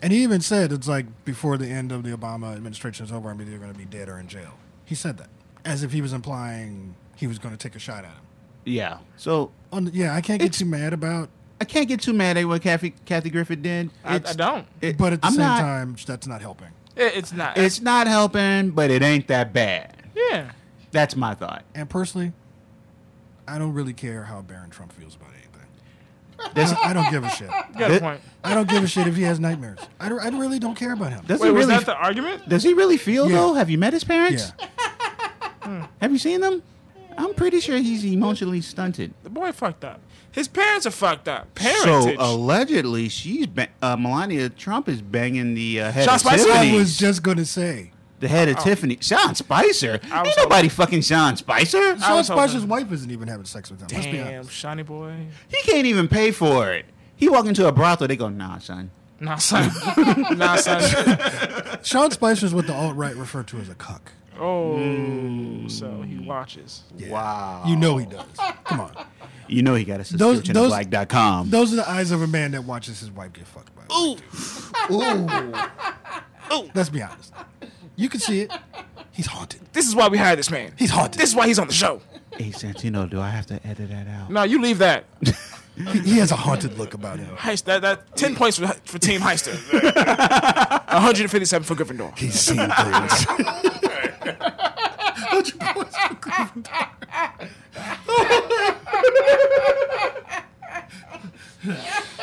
S3: And he even said it's like before the end of the Obama administration is over, I'm either going to be dead or in jail. He said that as if he was implying he was going to take a shot at him.
S1: yeah. So
S3: On the- yeah, I can't get
S1: It's-
S3: too mad about,
S1: I can't get too mad at what Kathy Kathy Griffith did.
S2: I, I
S1: It's-
S2: don't.
S1: it-
S3: but at the
S1: I'm
S3: same
S1: not-
S3: time, that's not helping.
S2: It, it's not.
S1: it's
S2: It's
S1: not helping, but it ain't that bad.
S2: yeah.
S1: That's my thought.
S3: And personally, I don't really care how Barron Trump feels about anything.
S1: This-
S3: I, I don't give a shit.
S2: You got a
S1: It-
S2: point.
S3: I don't give a shit if he has nightmares. I, don't- I really don't care about him.
S1: Does
S2: Wait,
S1: he
S2: was
S1: really?
S2: that the argument?
S1: does he really feel
S3: Yeah.
S1: though? Have you met his parents?
S3: yeah.
S1: Have you seen them? I'm pretty sure he's emotionally stunted.
S2: The boy fucked up. His parents are fucked up.
S1: So
S2: Parentage.
S1: allegedly, she's ba- uh, Melania Trump is banging the uh, head
S2: Sean
S1: of
S2: Spicer?
S1: Tiffany.
S3: I was just going to say.
S1: the head of Tiffany. Sean Spicer.
S2: I was
S1: Ain't nobody fucking Sean Spicer.
S3: Sean
S2: was hoping-
S3: Spicer's wife isn't even having sex with him. Let's be
S2: Damn,
S3: honest.
S2: shiny boy.
S1: He can't even pay for it. He walk into a brothel. They go, Nah, son.
S2: Nah, son. nah, son.
S3: Sean Spicer's what the alt right refer to as a cuck.
S2: Oh, so he watches.
S1: Wow.
S3: You know he does. Come on.
S1: You know he got a
S3: Those-
S1: subscription
S3: those-
S1: to Black.com.
S3: Those are the eyes of a man that watches his wife get fucked by. a white dude. Let's be honest. You can see it. These haunted.
S2: This is why we hired this man.
S3: He's haunted.
S2: This is why he's on the show.
S1: Hey Santino, do I have to edit that out?
S2: No, you leave that.
S3: He, he has a haunted look about him.
S2: Heist, that, that 10 points for, for Team Heister. 157 for Gryffindor.
S3: He's seen things.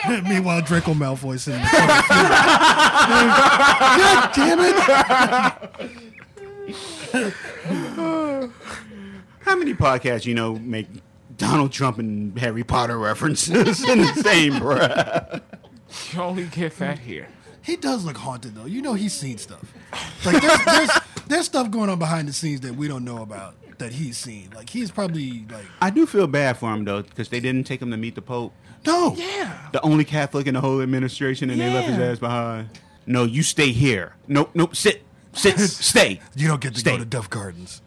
S3: Meanwhile, Draco Malfoy's sitting. God damn it!
S1: How many podcasts you know make Donald Trump and Harry Potter references in the same breath?
S2: You only get that here.
S3: He does look haunted though. You know he's seen stuff. Like there's, there's there's stuff going on behind the scenes that we don't know about that he's seen. Like he's probably like
S1: I do feel bad for him though, because they didn't take him to meet the Pope,
S3: no.
S2: Yeah.
S1: the only Catholic in the whole administration, and they left his
S2: Yeah.
S1: ass behind. No, you stay here. Nope, nope. Sit, sit, stay.
S3: You don't get to
S1: Stay.
S3: go to Duff Gardens.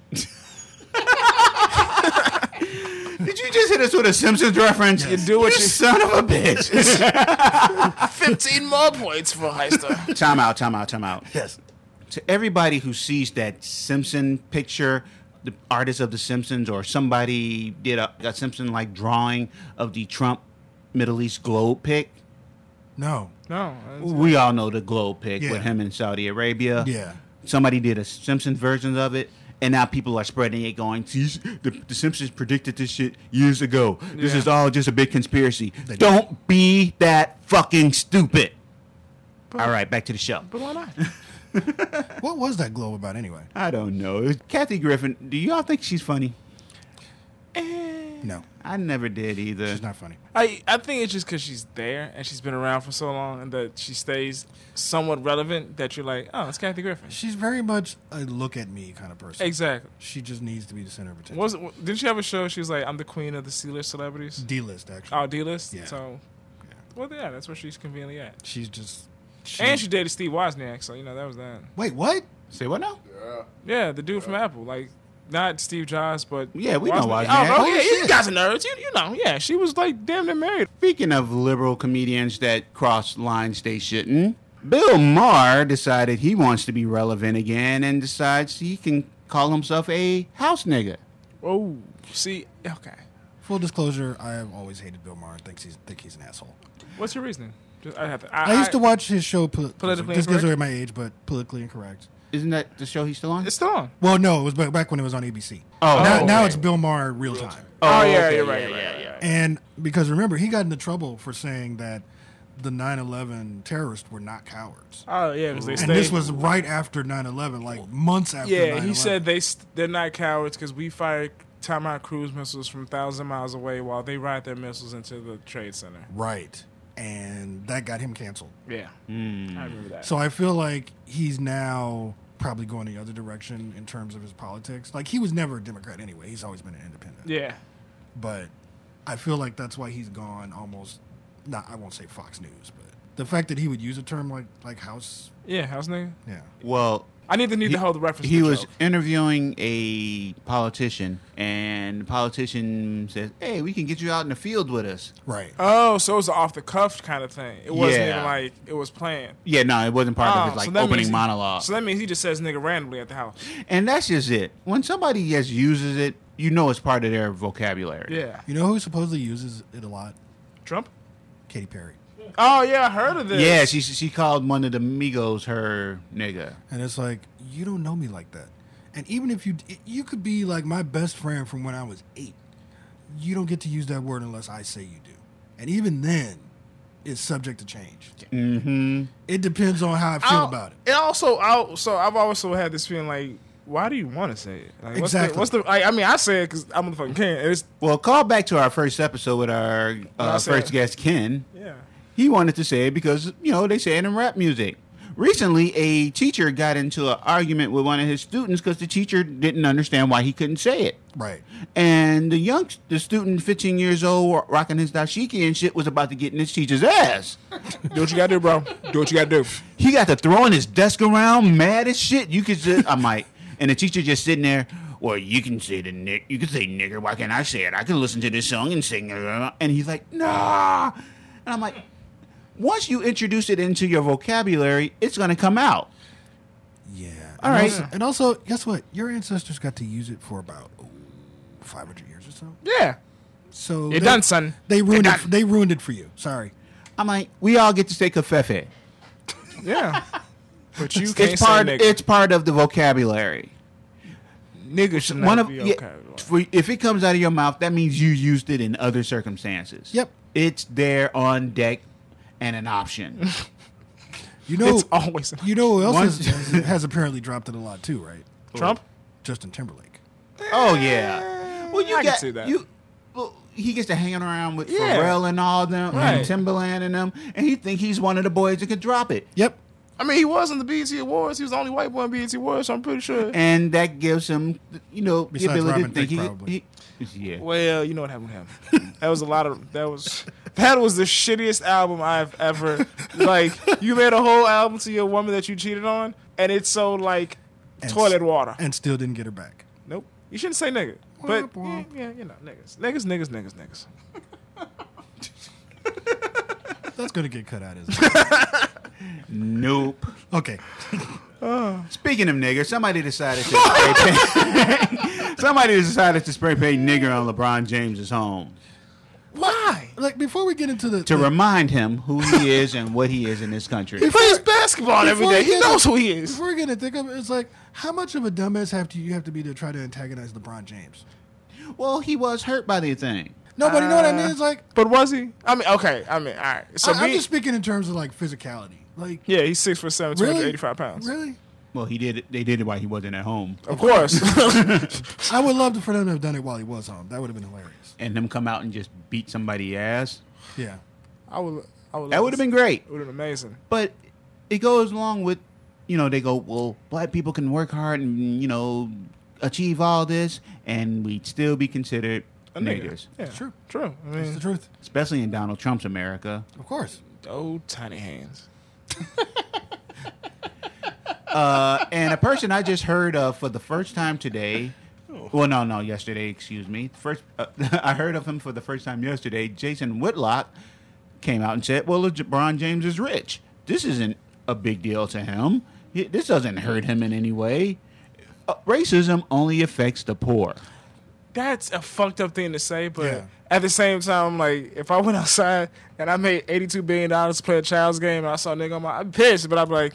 S1: Did you just hit us with a Simpsons reference?
S2: You do what you-
S1: son of a bitch.
S2: 15 more points for Heister.
S1: time out, time out, time out.
S3: Yes.
S1: to everybody who sees that Simpson picture, the artist of the Simpsons or somebody did a, a Simpson like drawing of the Trump Middle East globe pic.
S3: No.
S2: No.
S1: We all know the globe pic
S3: Yeah.
S1: with him in Saudi Arabia.
S3: Yeah.
S1: Somebody did a Simpsons version of it. And now people are spreading it, going, "See, the, the Simpsons predicted this shit years ago. This
S2: Yeah.
S1: is all just a big conspiracy."
S3: They did.
S1: Don't be that fucking stupid. all right, back to the show.
S2: But why not?
S3: What was that glow about anyway?
S1: I don't know. Kathy Griffin, do y'all think she's funny?
S2: Eh.
S3: No.
S1: I never did either.
S3: She's not funny.
S2: I, I think it's just because she's there and she's been around for so long and that she stays somewhat relevant that you're like, oh, it's Kathy Griffin.
S3: She's very much a look at me kind of person.
S2: Exactly.
S3: She just needs to be the center of attention.
S2: Was it, didn't she have a show? She was like, I'm the queen of the C list celebrities.
S3: D list actually.
S2: Oh, D list?
S3: Mm-hmm. Yeah.
S2: So, well, yeah, that's where she's conveniently at.
S3: She's just. She,
S2: And she dated Steve Wozniak, so, you know, that was that.
S3: wait, what?
S1: Say what now?
S2: Yeah, the dude from Apple. Like, not Steve Jobs, but.
S1: Yeah, we know Wozniak.
S2: Oh, bro,
S1: Oh,
S2: yeah, you
S3: shit.
S2: guys are nerds. You, you know, yeah. She was, like, damn near married.
S1: Speaking of liberal comedians that cross lines they shouldn't, Bill Maher decided he wants to be relevant again and decides he can call himself a house nigga.
S2: Oh, see, okay.
S3: Full disclosure, I have always hated Bill Maher. Thinks he's think he's an asshole.
S2: What's your reasoning? Just, I have to. I,
S3: I, used to watch his show. Poli-
S2: Politically
S3: this gives away
S2: Incorrect?
S3: my age, but politically incorrect.
S1: Isn't that the show he's still on?
S2: It's still on.
S3: Well, no, it was ba- back when it was on ABC.
S1: Oh,
S3: now,
S1: okay.
S3: now it's Bill Maher real, time.
S2: Oh, yeah,
S1: okay,
S2: you're right. Yeah, right,
S1: yeah,
S2: right,
S1: yeah.
S2: right.
S3: And because remember, he got into trouble for saying that the 9/11 terrorists were not cowards.
S2: Oh yeah, because they
S3: And
S2: stayed-
S3: this was right after 9/11, like months after.
S2: Yeah,
S3: 9/11.
S2: he said they st- they're not cowards because we fire Tomahawk cruise missiles from thousand miles away while they ride their missiles into the trade center.
S3: right, and that got him canceled.
S2: Yeah,
S1: Hmm.
S2: I remember that.
S3: So I feel like he's now probably going the other direction in terms of his politics. Like he was never a Democrat anyway; he's always been an independent.
S2: yeah,
S3: But I feel like that's why he's gone almost. Not, I won't say Fox News, but the fact that he would use a term like like House,
S2: yeah, how's nigga?
S3: yeah,
S1: Well,
S2: I need to need
S1: He-
S2: to hold the reference.
S1: he
S2: to
S1: was
S2: Joe.
S1: interviewing a politician, and the politician says, "Hey, we can get you out in the field with us."
S3: right.
S2: Oh, so it was off the cuff kind of thing. It wasn't
S1: Yeah.
S2: even like it was planned.
S1: Yeah, no, it wasn't part of
S2: Oh,
S1: his like
S2: so that means
S1: opening
S2: he-
S1: monologue.
S2: So that means he just says nigga randomly at the house.
S1: and that's just it. When somebody just uses it, you know it's part of their vocabulary.
S2: Yeah,
S3: You know who supposedly uses it a lot?
S2: Trump.
S3: Katy Perry.
S2: Oh yeah, I heard of this.
S1: Yeah, she she called one of the Migos her nigga.
S3: And it's like you don't know me like that. And even if you you could be like my best friend from when I was eight, you don't get to use that word unless I say you do. And even then, it's subject to change. Mm-hmm. It depends on how I feel
S2: I'll-
S3: about it.
S2: And also, I so I've also had this feeling like, why do you want to say it? Like, what's
S3: Exactly.
S2: The, what's the? Like, I mean, I say it because I'm the fucking king. It's
S1: Well, call back to our first episode with our uh,
S2: That's
S1: first
S2: it.
S1: guest Ken.
S2: yeah.
S1: He wanted to say it because, you know, they say it in rap music. Recently, a teacher got into an argument with one of his students because the teacher didn't understand why he couldn't say it.
S3: Right.
S1: And the young, the student, 15 years old, ro- rocking his dashiki and shit, was about to get in his teacher's ass.
S2: Do what you gotta do, bro. Do what you gotta do.
S1: He got to throwing his desk around, mad as shit. You could just, I'm like, and the teacher just sitting there. Well, you can say the nick, you can say nigger. Why can't I say it? I can listen to this song and sing it. And he's like, nah. And I'm like, once you introduce it into your vocabulary, it's gonna come out.
S3: Yeah.
S1: All
S3: and
S1: right.
S3: Also, and also, guess what? Your ancestors got to use it for about five hundred years or so.
S2: Yeah.
S3: So
S2: It done, son.
S3: They ruined
S2: It
S3: it.
S2: done.
S3: They ruined it for you. Sorry.
S1: I'm like, we all get to say kafefe.
S2: Yeah. But you can't
S1: It's part.
S2: say nigga.
S1: It's part of the vocabulary.
S2: nigga should
S1: One
S2: not
S1: of
S2: be
S1: yeah,
S2: okay.
S1: for- if it comes out of your mouth, that means you used it in other circumstances.
S3: Yep.
S1: it's there on deck and an option.
S3: You know.
S2: It's always
S3: you know who else
S1: Once-
S3: has, has, has apparently dropped it a lot too, right?
S2: Trump.
S3: Justin Timberlake.
S1: Oh yeah. Well, you
S2: I can
S1: got
S2: see that.
S1: you. Well, he gets to hanging around with
S2: Yeah.
S1: Pharrell and all them,
S2: Right.
S1: and Timberland and them, and he think he's one of the boys that could drop it.
S3: Yep.
S2: I mean, he was in the BET Awards. He was the only white boy in BET Awards. So I'm pretty sure.
S1: And that gives him, you know,
S3: Besides
S1: the ability
S3: Robin
S1: to think
S3: Thicke,
S1: he,
S3: probably.
S1: he- yeah.
S2: Well, you know what happened with him. That was a lot of that was that was the shittiest album I've ever like you made a whole album to your woman that you cheated on and it's so like
S3: And
S2: toilet
S3: s-
S2: water.
S3: And still didn't get her back.
S2: nope. You shouldn't say nigga. But
S3: Womp womp.
S2: yeah, yeah, you know, niggas. Niggas, niggas, niggas, niggas.
S3: That's gonna get cut out, isn't it?
S1: Nope.
S3: okay.
S1: Speaking of nigger, somebody decided to spray paint. somebody decided to spray paint nigger on LeBron James's home
S2: Why?
S3: Like before we get into the,
S1: to
S3: the-
S1: remind him who he is and what he is in this country.
S2: He plays basketball every
S3: before
S2: day.
S3: we
S2: He
S3: get
S2: knows
S3: in-
S2: who he is.
S3: Before we get to think of it, it's like how much of a dumbass have to you have to be to try to antagonize LeBron James?
S1: Well, he was hurt by the thing.
S3: No, but you know what I mean. It's like
S2: But was he? I mean, okay, I mean, all right. So
S3: I, am
S2: we-
S3: just speaking in terms of like physicality. Like
S2: Yeah, he's six foot seven, two
S3: really,
S2: hundred eighty five pounds.
S3: Really,
S1: Well, he did. It, they did it while he wasn't at home,
S2: Of course.
S3: I would love to, for them to have done it while he was home. That would have been hilarious.
S1: and them come out and just beat somebody ass.
S3: Yeah.
S2: I would I would
S1: That would have been great.
S2: would have been amazing.
S1: But it goes along with, you know, they go, well, black people can work hard and you know achieve all this, and we'd still be considered
S2: A nigga.
S1: niggers,
S2: Yeah.
S3: It's true.
S2: True. I
S3: It's
S2: mean,
S3: the truth,
S1: especially in Donald Trump's America.
S3: of course.
S2: Oh, tiny hands.
S1: Uh, and a person I just heard of for the first time today. Well, no, no, yesterday, excuse me. First, uh, I heard of him for the first time yesterday. Jason Whitlock came out and said, "Well, LeBron James is rich. This isn't a big deal to him. He- This doesn't hurt him in any way. Uh, racism only affects the poor."
S2: That's a fucked up thing to say, but
S3: Yeah.
S2: at the same time, I'm like, if I went outside and I made eighty-two billion dollars to play a child's game, and I saw a nigga, on my, I'm pissed. But I'm like,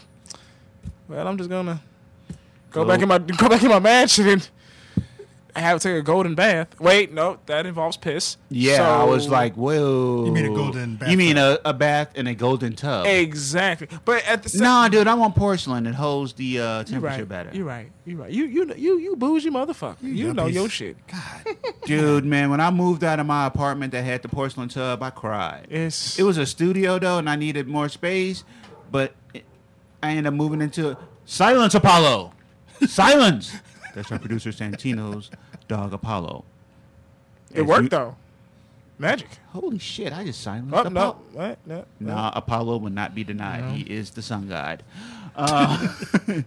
S2: well, I'm just gonna go
S1: Go-
S2: back in my go back in my mansion and have to take a golden bath. Wait, no, that involves piss.
S1: Yeah, I was
S2: So-
S1: like, whoa.
S3: You mean a golden
S1: You
S3: bathtub.
S1: mean a, a bath and a golden tub?
S2: exactly. But at the same,
S1: Nah, dude, I want porcelain. It holds the uh,
S2: you're
S1: temperature
S2: right.
S1: better.
S2: You're right. You're right. You you you you bougie motherfucker. You, know
S3: yuppies.
S2: your shit.
S3: God,
S1: Dude, man, when I moved out of my apartment that had the porcelain tub, I cried.
S2: It's
S1: It was a studio though, and I needed more space, but it- I ended up moving into Silence Apollo. Silence. That's our producer Santino's dog Apollo.
S2: it
S1: As
S2: worked
S1: you-
S2: though. Magic.
S1: Holy shit! I just silenced
S2: Oh,
S1: Apollo.
S2: no, what? No, no.
S1: Nah, Apollo will not be denied. He is the sun god. Uh,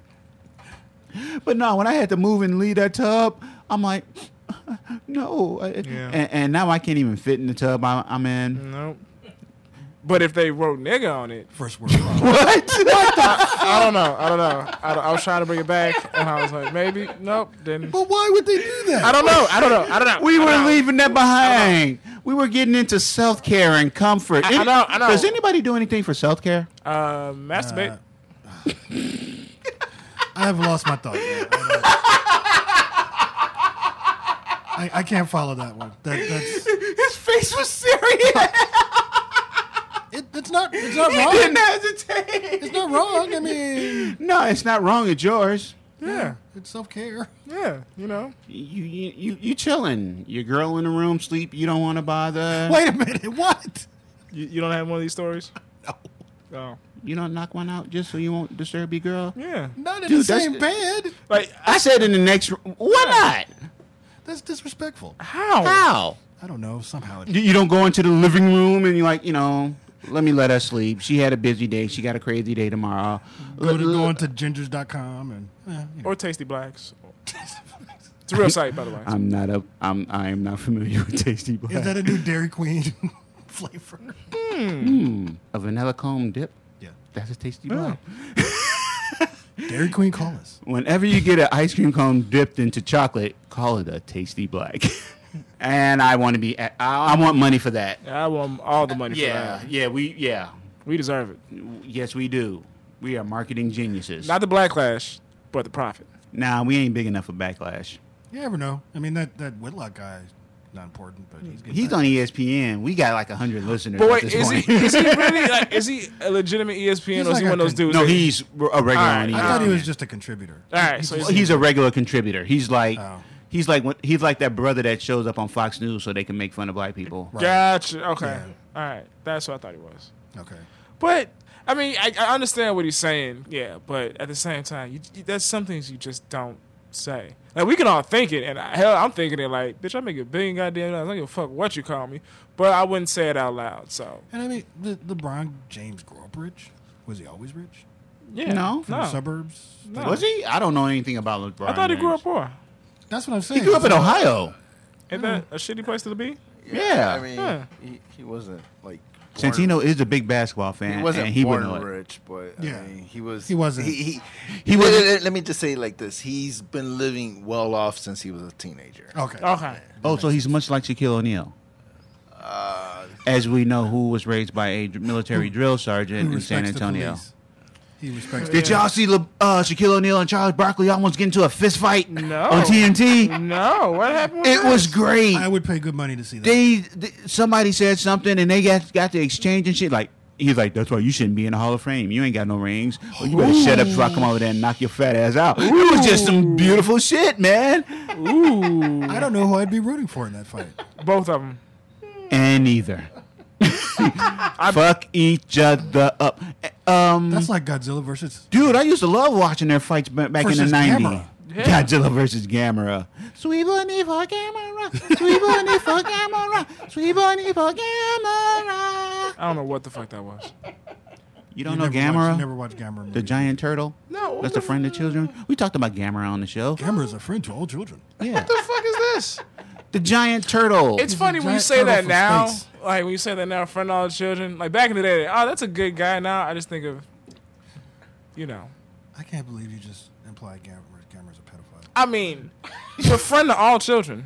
S1: but no, when I had to move and leave that tub, I'm like, no. I-
S2: Yeah.
S1: And, and now I can't even fit in the tub I'm, I'm in.
S2: Nope. But if they wrote nigga on it,
S3: first world problem.
S2: I don't know. I don't know. I, don't- I was trying to bring it back, and I was like, maybe nope. Then
S3: but why would they do that?
S2: I don't know. I don't know. I don't know.
S1: We
S2: I
S1: were
S2: don't know.
S1: leaving that behind. We were getting into self care and comfort.
S2: I- I know, I know.
S1: Does anybody do anything for self care?
S2: Uh, masturbate.
S3: Uh, I have lost my thought. man. I, don't- I, I can't follow that one. That, that's
S1: His face was serious.
S3: it, it's not it's not
S1: he
S3: wrong.
S1: didn't hesitate.
S3: It's not wrong. I mean,
S1: No, it's not wrong. It's yours.
S2: yeah,
S3: it's self care.
S2: yeah. You know.
S1: You you you, you chilling. Your girl in the room sleep. You don't want to bother.
S3: Wait a minute, what?
S2: You, you don't have one of these stories. No. Oh.
S1: You don't knock one out just so you won't disturb your girl.
S2: Yeah.
S3: Not in
S1: Dude,
S3: the
S1: that's-
S3: same bed.
S2: Like
S1: I said in the next. r- Why not?
S3: That's disrespectful.
S2: how?
S1: How?
S3: I don't know. Somehow it
S1: You- You don't go into the living room and you're like, you know, let me let her sleep. She had a busy day. She got a crazy day tomorrow.
S3: go to go into gingers.com and eh, you know.
S2: Or Tasty Blacks. It's a real site, by the way.
S1: I'm not a. I'm. I am not familiar with Tasty Black.
S3: is that a new Dairy Queen flavor?
S1: a vanilla comb dip?
S3: Yeah,
S1: That's a Tasty Black.
S3: Dairy Queen call us.
S1: Whenever you get an ice cream cone dipped into chocolate, call it a Tasty Black. and I want to be. I, I want money for that. uh,
S2: I want all the money
S1: Yeah.
S2: for that.
S1: Yeah. We. Yeah.
S2: We deserve it.
S1: Yes, we do. We are marketing geniuses.
S2: Not the backlash, but the profit.
S1: nah, we ain't big enough for backlash.
S3: You never know. I mean that that Whitlock guy is not important, but he's getting
S1: Mm. He's on E ESPN. We got like hundred listeners
S2: But
S1: at
S2: wait,
S1: this
S2: is
S1: point.
S2: he, is he really like, is he a legitimate E ESPN
S3: He's
S2: or is he
S3: like
S2: one
S3: a
S2: of those
S3: con-
S2: dudes?
S1: no,
S2: that-
S1: he's a regular
S2: Alright,
S1: on E ESPN.
S3: I thought he was just a contributor.
S2: All right, so he's,
S1: he's a regular contributor. He's like
S3: Oh.
S1: he's like when- he's like that brother that shows up on Fox News so they can make fun of black people.
S2: gotcha. Okay, all right, that's what I thought he was.
S3: Okay.
S2: But I mean, I, I understand what he's saying, yeah. But at the same time, you, you, that's some things you just don't say. Like we can all think it, and I, hell, I'm thinking it. Like, bitch, I make a billion goddamn dollars. I don't give a fuck what you call me, but I wouldn't say it out loud. So
S3: And I mean, the LeBron James grew up rich. Was he always rich?
S2: yeah,
S1: No.
S3: From the suburbs.
S2: no.
S1: Was he? I don't know anything about LeBron.
S2: I thought he grew up
S1: James.
S2: poor.
S3: That's what I'm saying.
S1: He grew up in Ohio.
S2: Ain't that a shitty place to be?
S1: Yeah.
S4: I mean,
S2: Yeah.
S4: he, he wasn't like. born-
S1: Santino is a big basketball fan.
S4: He wasn't
S1: and he
S4: born
S1: wouldn't know it.
S4: rich, but
S3: Yeah.
S4: I mean, he was.
S3: He wasn't.
S4: He, he,
S1: He
S4: he
S1: wasn't-
S4: Let, let me just say it like this: He's been living well off since he was a teenager.
S3: Okay.
S2: Okay,
S1: Oh, so he's much like Shaquille O'Neal,
S4: Uh,
S1: as we know, who was raised by a military drill sergeant in San
S3: respects the
S1: Antonio.
S3: police. He respects.
S1: Did y'all see Le- uh, Shaquille O'Neal and Charles Barkley almost get into a fist fight
S2: No.
S1: on TNT?
S2: no, what happened? With
S1: It
S2: that?
S1: was great.
S3: I would pay good money to see that.
S1: they, th- somebody said something and they got got to exchange and shit. Like he's like, that's why you shouldn't be in the Hall of Fame. You ain't got no rings. Well, you better shut up before I come over there and knock your fat ass out. It was just some beautiful shit, man.
S2: Ooh,
S3: I don't know who I'd be rooting for in that fight.
S2: both of them.
S1: And neither. Fuck each other up. Um,
S3: That's like Godzilla versus.
S1: dude, I used to love watching their fights ba- back in
S3: Versus
S1: the '90s.
S3: Gamera.
S2: Yeah.
S1: Godzilla versus Gamera. Sweet bunny for Gamera. Sweet bunny for Gamera. Sweet bunny for Gamera.
S2: I don't know what the fuck that was.
S1: You don't
S3: You
S1: know
S3: never watched-
S1: Gamera?
S3: you never watched Gamera.
S1: The
S3: Movies.
S1: giant turtle?
S2: No,
S1: That's a friend of children? We talked about Gamera on the show.
S3: Gamera is a friend to all children.
S1: Yeah.
S2: What the fuck is this?
S1: the giant turtle.
S2: It's funny when you
S3: giant
S2: say
S3: turtle
S2: that
S3: from
S2: now.
S3: space.
S2: Like when you say that now, friend of all children. Like back in the day, oh, that's a good guy. Now I just think of, you know,
S3: I can't believe you just implied Gamera. Gamera's a pedophile.
S2: I mean, the friend of all children.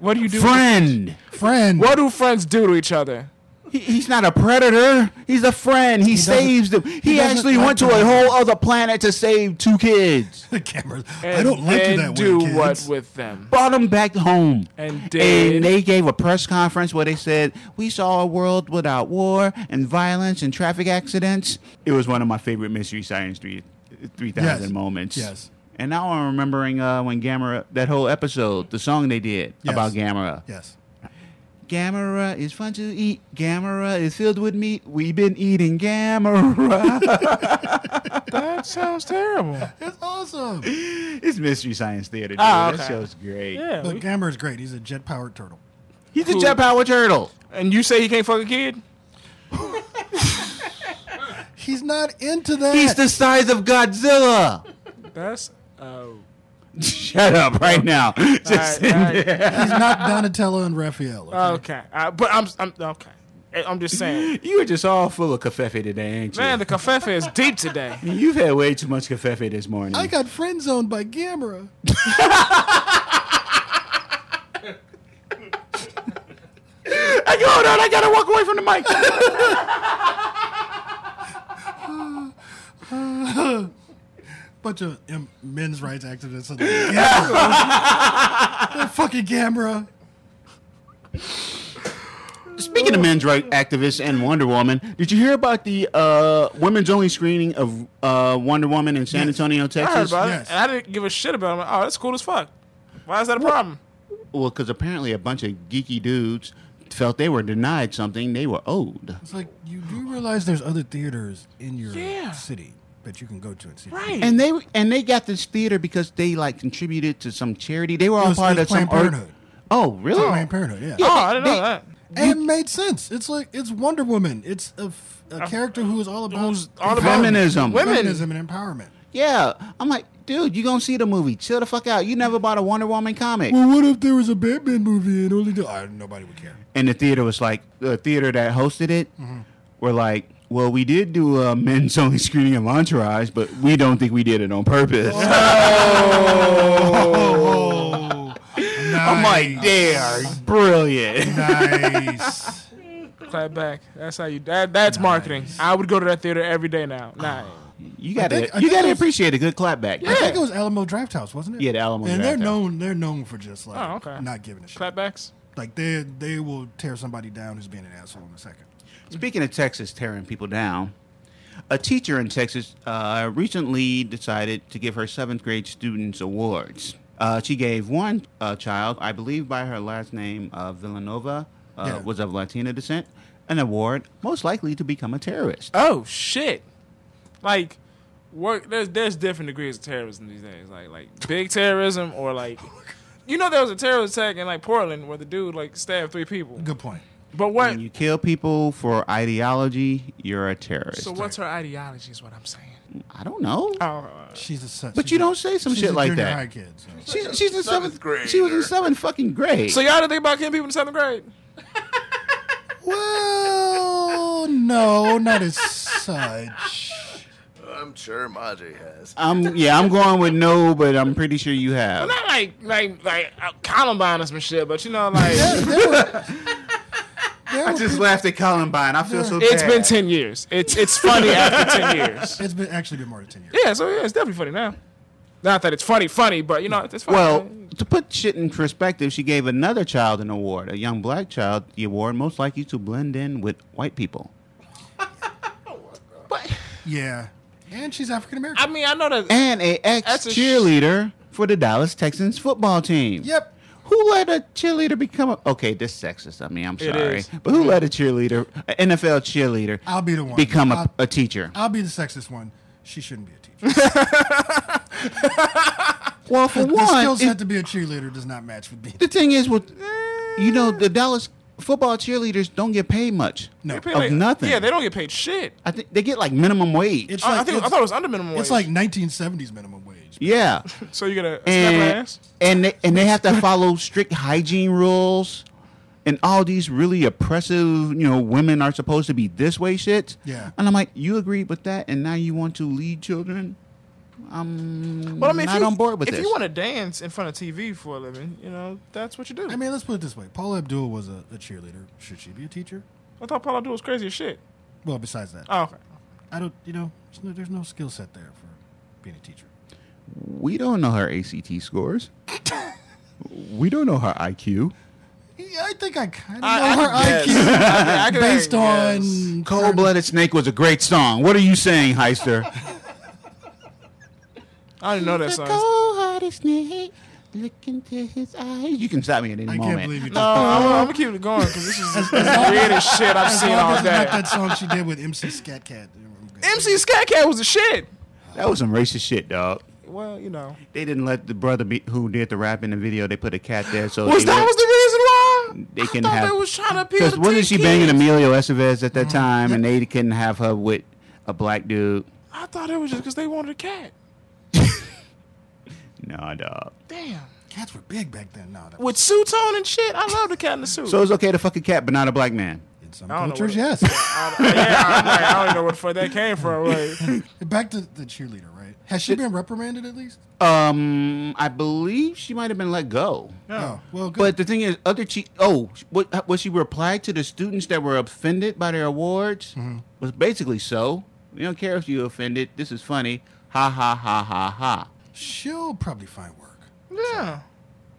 S2: What do you do?
S1: friend.
S3: Friend.
S2: What do friends do to each other?
S1: He, he's not a predator. He's a friend. He,
S3: doesn't-
S1: saves them. He,
S3: he doesn't
S1: actually
S3: like
S1: went to
S3: them.
S1: a whole other planet to save two kids.
S3: The cameras. I
S2: And
S3: don't like you
S2: then
S3: that way.
S2: do
S3: kids.
S2: what with them?
S1: Brought them back home.
S2: And did.
S1: And they gave a press conference where they said, We saw a world without war and violence and traffic accidents. It was one of my favorite Mystery Science 3, 3000
S3: Yes.
S1: moments.
S3: Yes.
S1: And now I'm remembering uh, when Gamera, that whole episode, the song they did
S3: Yes.
S1: about Gamera.
S3: Yes.
S1: Gamera is fun to eat. Gamera is filled with meat. We've been eating Gamera.
S2: That sounds terrible.
S3: It's awesome.
S1: it's Mystery Science Theater. Dude.
S2: Ah,
S1: That
S2: okay.
S1: show's great.
S2: Yeah.
S3: But
S2: we-
S3: Gamera's great. He's a jet powered turtle.
S1: He's a jet powered turtle.
S2: and you say he can't fuck a kid?
S3: He's not into that.
S1: He's the size of Godzilla.
S2: That's oh.
S1: Shut up right now.
S2: All
S1: Just
S2: right, all right.
S3: He's not Donatello and Raphael. Okay?
S2: Okay, uh, but I'm, I'm okay. I- I'm just saying,
S1: You were just all full of kafefe today, ain't you?
S2: man, the kafefe is deep today.
S1: You've had way too much kafefe this morning.
S3: I got friend zoned by Gamera.
S1: I go, hold on, I gotta walk away from the mic.
S3: Bunch of um, men's rights activists. Are like, Gamera. They're fucking Gamera.
S1: Speaking of men's rights activists and Wonder Woman, did you hear about the uh, women's only screening of uh, Wonder Woman in San
S3: Yes.
S2: I
S1: Antonio,
S2: heard
S1: Texas?
S2: about
S3: Yes.
S2: it, and I didn't give a shit about it. I'm like, oh, that's cool as fuck. Why is that a problem?
S1: Well, because apparently a bunch of geeky dudes felt they were denied something they were owed.
S3: It's like you do realize there's other theaters in your
S2: Yeah.
S3: city that you can go to and see.
S2: Right.
S1: And they and they got this theater because they like contributed to some charity. They were all
S3: was-
S1: part
S3: it was
S1: of some.
S3: Planned Parenthood.
S1: Oh, really?
S3: Planned Parenthood. Yeah.
S2: oh, I didn't
S1: they-
S2: know that.
S3: And it made sense. It's like it's Wonder Woman. It's a, f- a character who is all about
S2: Uh, Who's all about
S1: Feminism.
S2: women?
S3: feminism and empowerment.
S1: Yeah. I'm like, dude, you gonna see the movie? Chill the fuck out. You never bought a Wonder Woman comic.
S3: Well, what if there was a Batman movie and only do- I, nobody would care.
S1: And the theater was like, the theater that hosted it
S3: Mm-hmm.
S1: were like, well, we did do a men's only screening of Entourage, but we don't think we did it on purpose.
S3: Oh,
S1: I'm like, they are brilliant.
S3: nice.
S2: Clap back. That's how you. That, that's marketing. I would go to that theater every day now. Nah.
S1: You gotta,
S3: think- I
S1: you
S3: think
S1: gotta
S3: it was-
S1: appreciate a good clapback.
S3: I think it was Alamo Drafthouse, wasn't it?
S1: Yeah, the Alamo
S3: And they're
S1: Drafthouse.
S3: known. They're known for just like
S2: Oh, okay.
S3: not giving a shit.
S2: Clapbacks.
S3: Like they they will tear somebody down who's being an asshole in a second.
S1: Speaking of Texas tearing people down, a teacher in Texas uh, recently decided to give her seventh grade students awards. Uh, she gave one uh, child, I believe by her last name, uh, Villanova, uh,
S3: Yeah.
S1: was of Latina descent, an award most likely to become a terrorist.
S2: Oh shit. Like, work. There's there's different degrees of terrorism these days. Like like big terrorism or like. You know there was a terrorist attack in like Portland where the dude like stabbed three people.
S3: Good point.
S2: But what?
S1: When you kill people for ideology, you're a terrorist.
S2: So what's her ideology? Is what I'm saying.
S1: I don't know.
S2: Oh, uh,
S3: She's a such.
S1: But you don't say some
S3: she's
S1: shit
S3: a
S1: like
S3: junior
S1: that.
S3: High kid, so.
S1: She's, she's in seventh,
S4: Seventh grade,
S1: She was in
S4: or-
S1: seventh fucking grade.
S2: so y'all didn't think about killing people in seventh grade?
S3: Well, no, not as such.
S4: I'm sure Maje has.
S1: I'm, yeah, I'm going with no, but I'm pretty sure you have.
S2: Not like like like uh, Columbine or some shit, but you know like
S3: There
S1: I
S3: were
S1: just
S3: peop-
S1: laughed at Columbine. I feel so bad.
S2: it's been ten years. It's it's funny after ten years.
S3: it's been actually been more than ten years.
S2: Yeah, so yeah, it's definitely funny now. Not that it's funny, funny, but you know it's funny.
S1: Well, to put shit in perspective, she gave another child an award, a young black child, the award most likely to blend in with white people.
S3: Yeah, and she's African American.
S2: I mean I know that
S3: eh,
S1: And a ex
S2: That's a sh-
S1: cheerleader for the Dallas Texans football team.
S3: Yep.
S1: Who let a cheerleader become a. Okay, this sexist. I mean, I'm
S2: It
S1: sorry.
S2: is.
S1: But who let a cheerleader, an NFL cheerleader,
S3: I'll be the one.
S1: become a,
S3: I'll-
S1: a teacher?
S3: I'll be the sexist one. She shouldn't be a teacher.
S1: Well, for
S3: the
S1: one,
S3: skill
S1: if-
S3: set to be a cheerleader does not match with me.
S1: the thing is, with,
S3: Eh.
S1: you know, the Dallas football cheerleaders don't get paid much.
S3: No,
S2: they pay
S1: of
S2: like-
S1: nothing.
S2: Yeah, they don't get paid shit.
S1: I think they get like minimum wage.
S3: it's
S2: I,
S3: like
S2: I think I
S3: it's,
S2: thought it was under minimum wage.
S3: it's like 1970s minimum wage.
S1: yeah.
S2: so you get a, a
S3: eh,
S2: snap
S1: and
S2: ass.
S1: and they, and they have to follow strict hygiene rules and all these really oppressive you know women are supposed to be this way shit
S3: Yeah.
S1: and i'm like you agreed with that and now you want to lead children I'm
S2: Well, I mean, if
S1: not
S2: you,
S1: on board with
S2: if
S1: this.
S2: you want to dance in front of TV for a living, you know that's what you do.
S3: I mean, let's put it this way: Paula Abdul was a, a cheerleader. Should she be a teacher?
S2: I thought Paul Abdul was crazy as shit.
S3: Well, besides that,
S2: Oh, okay.
S3: I don't. You know, there's no, there's no skill set there for being a teacher.
S1: we don't know her ACT scores. we don't know her IQ.
S3: Yeah, I think I kind of know
S2: I- I
S3: her
S2: could guess.
S3: IQ
S2: I mean, I could
S3: based on
S2: guess.
S1: Cold Blooded Snake was a great song. What are you saying, Heister?
S2: I didn't know that
S1: The
S2: song.
S1: cold-hearted snake. Look into his eyes. You can stop me at any
S3: I
S1: moment.
S3: can't believe you.
S2: No, I'm, I'm gonna keep it going because this is the weirdest shit I've
S3: Um, As
S2: seen
S3: long
S2: all
S3: as not
S2: day.
S3: that song she did with MC Scat Cat.
S2: MC Scat Cat was the shit.
S1: That was some racist shit, dog.
S2: Well, you know,
S1: They didn't let the brother be, who did the rap in the video. They put a cat there, so
S2: was
S1: they
S2: that
S1: let-
S2: was the reason why?
S1: They
S2: I
S1: can
S2: thought
S1: have-
S2: they was trying to appeal
S1: Because
S2: to
S1: wasn't
S2: teen
S1: she banging
S2: kids. Mm-hmm.
S1: Emilio Estevez at that time, and they couldn't have her with a black dude?
S2: I thought it was just because they wanted a cat.
S1: No, dog.
S2: Damn.
S3: Cats were big back then. No, that
S2: With suits on and shit, I love the cat in the suit.
S1: So it's okay to fuck a cat, but not a black man.
S3: in some
S2: I don't know
S3: cultures,
S2: what
S3: yes.
S2: I, I- yeah, I'm like, I don't even know where the fuck that came from. Like,
S3: Back to the cheerleader, right? Has she been reprimanded at least?
S1: Um, I believe she might have been let go.
S2: no.
S3: Oh, well, good.
S1: But the thing is, other che- oh, what was she replied to the students that were offended by their awards was basically so. We don't care if you offended. This is funny. Ha ha ha ha ha.
S3: she'll probably find work.
S2: Yeah.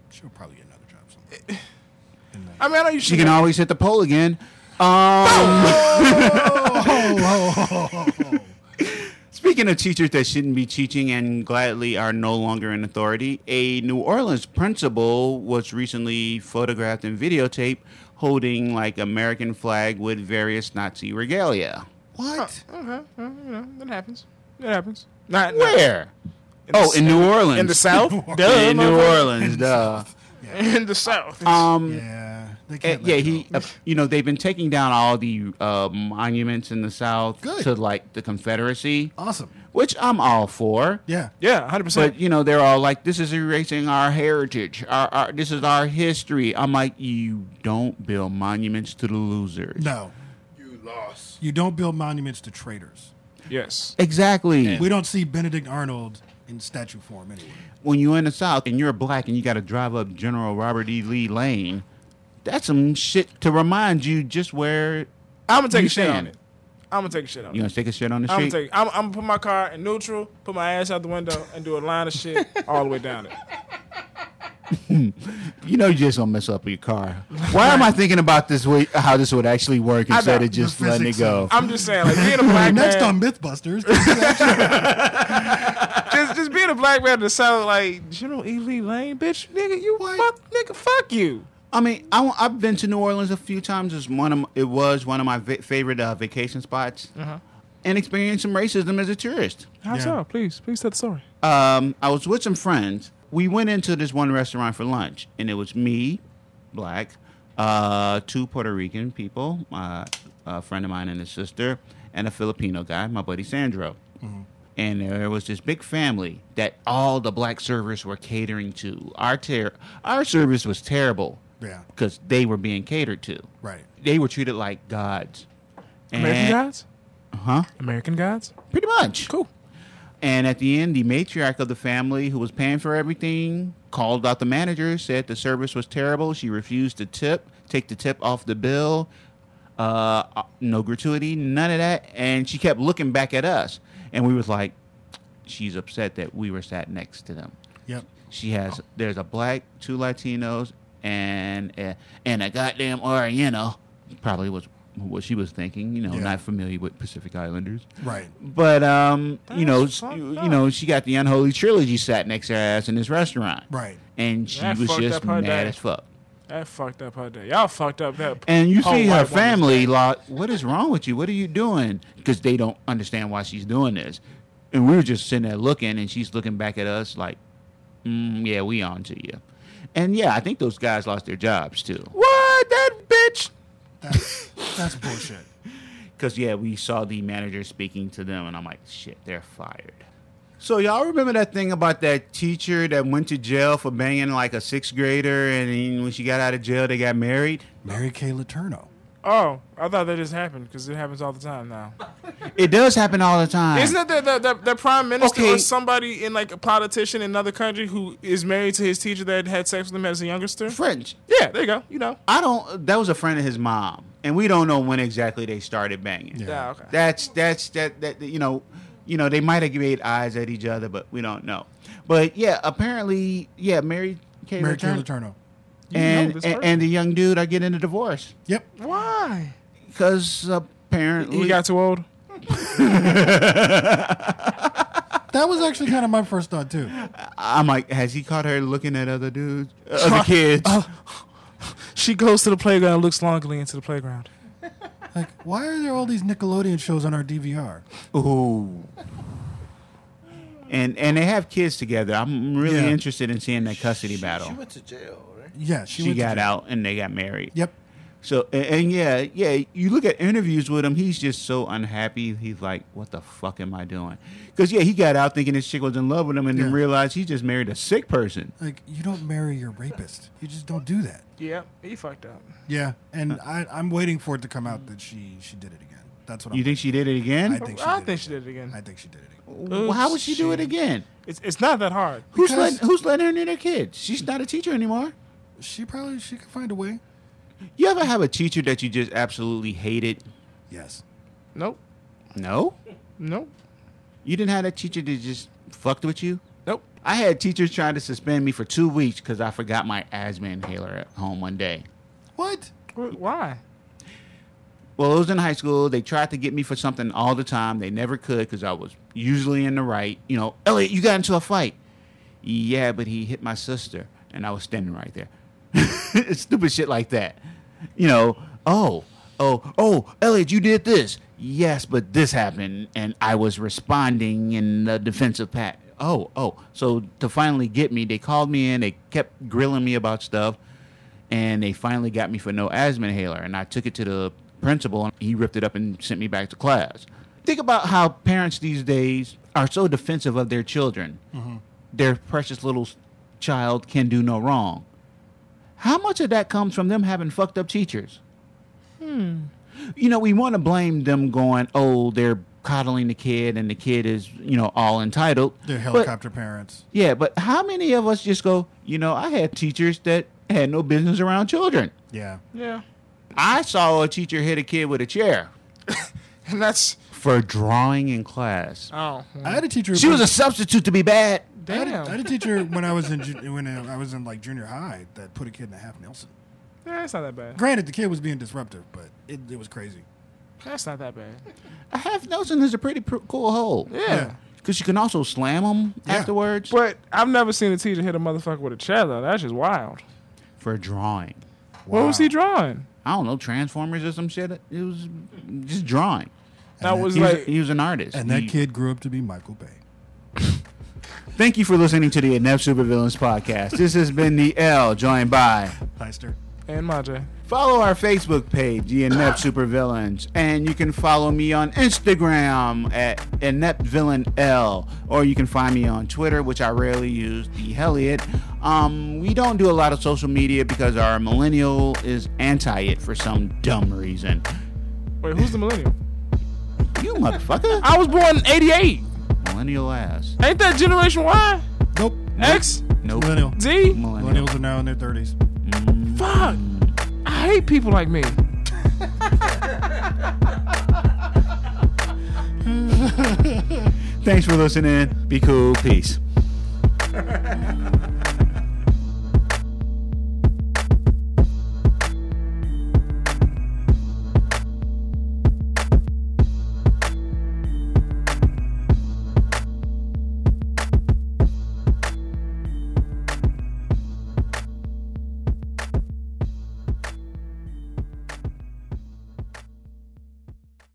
S3: She'll probably get another job somewhere.
S2: I mean, I know you
S1: She can always hit the pole again. Um, Speaking of teachers that shouldn't be teaching and gladly are no longer in authority, a New Orleans principal was recently photographed and videotaped holding like American flag with various Nazi regalia.
S3: What?
S2: Okay, well, you know, that happens. That happens. Not not-
S1: Where?
S2: the
S1: oh,
S2: s-
S1: in New Orleans.
S2: in the South? Duh,
S1: in New
S2: motherfucker.
S1: Orleans, duh.
S2: In the South.
S1: Um,
S3: Yeah, they
S1: Eh,
S3: can't.
S1: yeah,
S3: let
S1: he.
S3: go.
S1: Uh, you know, they've been taking down all the uh, monuments in the South
S3: Good.
S1: to like the Confederacy,
S3: awesome.
S1: which I'm all for.
S3: Yeah,
S2: yeah, 100%.
S1: But you know, they're all like, "This is erasing our heritage. Our, our this is our history." I'm like, you don't build monuments to the losers.
S3: no,
S4: You lost.
S3: you don't build monuments to traitors.
S2: yes.
S1: Exactly.
S3: We don't see Benedict Arnold in statue form anyway.
S1: When you're in the South and you're black and you got to drive up General Robert E. Lee Lane, that's some shit to remind you just where
S2: I'm going to take a shit on
S1: stand.
S2: it. I'm going to take a shit on
S1: you
S2: it.
S1: gonna take a shit on the
S2: I'm
S1: street.
S2: gonna take. I'm, I'm gonna put my car in neutral, put my ass out the window, and do a line of shit all the way down it.
S1: You know, you just don't mess up your car. Why am I thinking about this way? How this would actually work instead
S2: know.
S1: of just
S3: The
S1: letting it
S3: physics
S1: go?
S2: I'm just saying, like being a black
S3: Next
S2: man,
S3: on MythBusters, actually,
S2: just, just being a black man in the South, like General E. Lee Lane, bitch, nigga, you fuck, nigga, fuck you.
S1: I mean, I, have been to New Orleans a few times. It's one of m- it was one of my va- favorite uh, vacation spots, and experienced some racism as a tourist.
S2: How so? Please, please tell the story.
S1: Um, I was with some friends. We went into this one restaurant for lunch, and it was me, black, uh, two Puerto Rican people, uh, a friend of mine and his sister, and a Filipino guy, my buddy Sandro.
S3: Mm-hmm.
S1: And there was this big family that all the black servers were catering to. Our ter- our service was terrible
S3: Yeah.
S1: because they were being catered to.
S3: right?
S1: They were treated like gods.
S2: American
S1: And- Uh-huh.
S2: gods?
S1: Huh?
S2: American gods?
S1: Pretty much.
S2: Cool.
S1: And at the end, the matriarch of the family, who was paying for everything, called out the manager, said the service was terrible. She refused to tip, take the tip off the bill, uh, uh, no gratuity, none of that. And she kept looking back at us. And we was like, she's upset that we were sat next to them.
S3: Yep.
S1: She has, there's a black, two Latinos, and a, and a goddamn Oriental. Probably was what she was thinking, you know,
S3: Yeah.
S1: not familiar with Pacific Islanders.
S3: Right.
S1: But um, you know,
S2: That's
S1: s-
S2: fucked
S1: you
S2: up.
S1: you know, she got the unholy trilogy sat next to her ass in this restaurant,
S3: Right.
S1: And she
S2: That
S1: was
S2: fucked
S1: just
S2: up her
S1: mad
S2: day.
S1: as fuck.
S2: That fucked up her day. Y'all fucked up that.
S1: And you
S2: whole
S1: see
S2: white
S1: her
S2: woman's
S1: family,
S2: day.
S1: like, what is wrong with you? What are you doing? Because they don't understand why she's doing this. And we were just sitting there looking, and she's looking back at us like, mm, "Yeah, we on to you." And yeah, I think those guys lost their jobs too.
S2: What that bitch?
S3: That's that's bullshit.
S1: Because, yeah, we saw the manager speaking to them, and I'm like, shit, they're fired. So, y'all remember that thing about that teacher that went to jail for banging like a sixth grader, and then when she got out of jail, they got married?
S3: Mary Kay Letourneau.
S2: Oh, I thought that just happened because it happens all the time now.
S1: It does happen all the time.
S2: Isn't it that the, the, the prime minister
S1: Okay.
S2: or somebody in like a politician in another country who is married to his teacher that had sex with him as a youngster?
S1: French?
S2: Yeah, there you go. You know.
S1: I don't. That was a friend of his mom, and we don't know when exactly they started banging.
S3: Yeah.
S2: Yeah. Ah, Okay.
S1: That's that's that that you know, you know they might have made eyes at each other, but we don't know. But yeah, apparently, yeah, Mary Kay
S3: Mary Kay
S1: Return,
S3: Letourneau.
S2: You know
S1: and
S2: this
S1: and,
S2: person.
S1: and the young dude are getting a divorce
S3: Yep.
S2: why?
S1: because apparently
S2: He got too old.
S3: That was actually kind of my first thought too.
S1: I'm like, has he caught her looking at other dudes, other kids?
S2: She goes to the playground, looks longingly into the playground.
S3: Like, why are there all these Nickelodeon shows on our DVR?
S1: Ooh. And and they have kids together. I'm really
S3: Yeah.
S1: interested in seeing that custody battle.
S4: She went to jail, right?
S3: Yeah, she,
S1: She,
S3: went to
S1: got
S3: jail.
S1: out and they got married.
S3: Yep.
S1: So and, and yeah, yeah. You look at interviews with him. He's just so unhappy. He's like, "What the fuck am I doing?" Because yeah, he got out thinking this chick was in love with him, and then
S3: Yeah.
S1: realized he just married a sick person.
S3: Like, you don't marry your rapist. You just don't do that.
S2: Yep, he fucked up.
S3: Yeah,
S1: Uh.
S3: and I, I'm waiting for it to come out that she she did it again. That's what
S1: You
S3: I'm.
S1: think she did it again?
S3: I think she
S2: I
S3: did
S2: think
S3: it
S2: she did it again.
S3: I think she did it again.
S1: Well, how would she do it
S2: She-
S1: again?
S2: It's it's not that hard.
S1: Who's
S3: Because-
S1: letting Who's letting her near their kids? She's not a teacher anymore.
S3: She probably she could find a way.
S1: You ever have a teacher that you just absolutely hated?
S3: Yes.
S2: Nope,
S1: No,
S2: nope,
S1: you didn't have that teacher that just fucked with you.
S2: nope.
S1: I had teachers trying to suspend me for two weeks because I forgot my asthma inhaler at home one day.
S3: What?
S2: Wh- Why?
S1: Well, it was in high school. They tried to get me for something all the time. They never could because I was usually in the right. You know, Elliot, you got into a fight. Yeah, but he hit my sister, and I was standing right there. Stupid shit like that. You know, oh, oh, oh, Elliot, you did this. Yes, but this happened, and I was responding in the defensive pat. Oh, oh. So to finally get me, they called me in. They kept grilling me about stuff and they finally got me for no asthma inhaler and i took it to the principal and he ripped it up and sent me back to class think about how parents these days are so defensive of their children their precious little s- child can do no wrong how much of that comes from them having fucked up teachers hmm. you know we want to blame them going oh they're coddling the kid and the kid is you know all entitled
S3: They're
S1: But-
S3: helicopter parents.
S1: yeah, but how many of us just go, you know, I had teachers that had no business around children.
S3: Yeah.
S2: Yeah,
S1: I saw a teacher hit a kid with a chair
S2: and that's
S1: for drawing in class.
S2: oh
S3: I had a teacher.
S1: She was a substitute to be bad.
S3: I had, a,
S2: damn.
S3: I had a teacher when I was in ju- when I was in like junior high that put a kid in a half Nelson.
S2: That's not that bad.
S3: Granted, the kid was being disruptive, but it, it was crazy.
S2: That's not that bad.
S1: A half Nelson is a pretty pr- cool hole.
S2: Yeah.
S1: Because you can also slam them
S3: Yeah.
S1: afterwards
S2: But I've never seen a teacher hit a motherfucker with a chair though. That's just wild.
S1: for drawing.
S2: What was he
S3: Wow.
S2: drawing?
S1: I don't know, Transformers or some shit. It was just drawing.
S2: That
S3: that-
S2: was
S1: He was,
S2: like
S1: he was an artist.
S3: And that
S1: He-
S3: kid grew up to be Michael Bay.
S1: Thank you for listening to the Inept Supervillains podcast. This has been the L, joined by
S3: Heister.
S2: and my J.
S1: Follow our Facebook page, the Inept Supervillains, and you can follow me on Instagram at E IneptVillainL, or you can find me on Twitter, which I rarely use, the Helliot. Um, we don't do a lot of social media because our millennial is anti it for some dumb reason.
S2: Wait, who's the millennial?
S1: You motherfucker,
S2: I was born in '88.
S1: millennial ass.
S2: Ain't that Generation Y?
S3: Nope.
S2: X?
S1: Nope.
S3: Millennial.
S2: Z?
S1: Millennial.
S3: Millennials are now in their thirties.
S2: Fuck. I hate people like me.
S1: Thanks for listening. Be cool. Peace.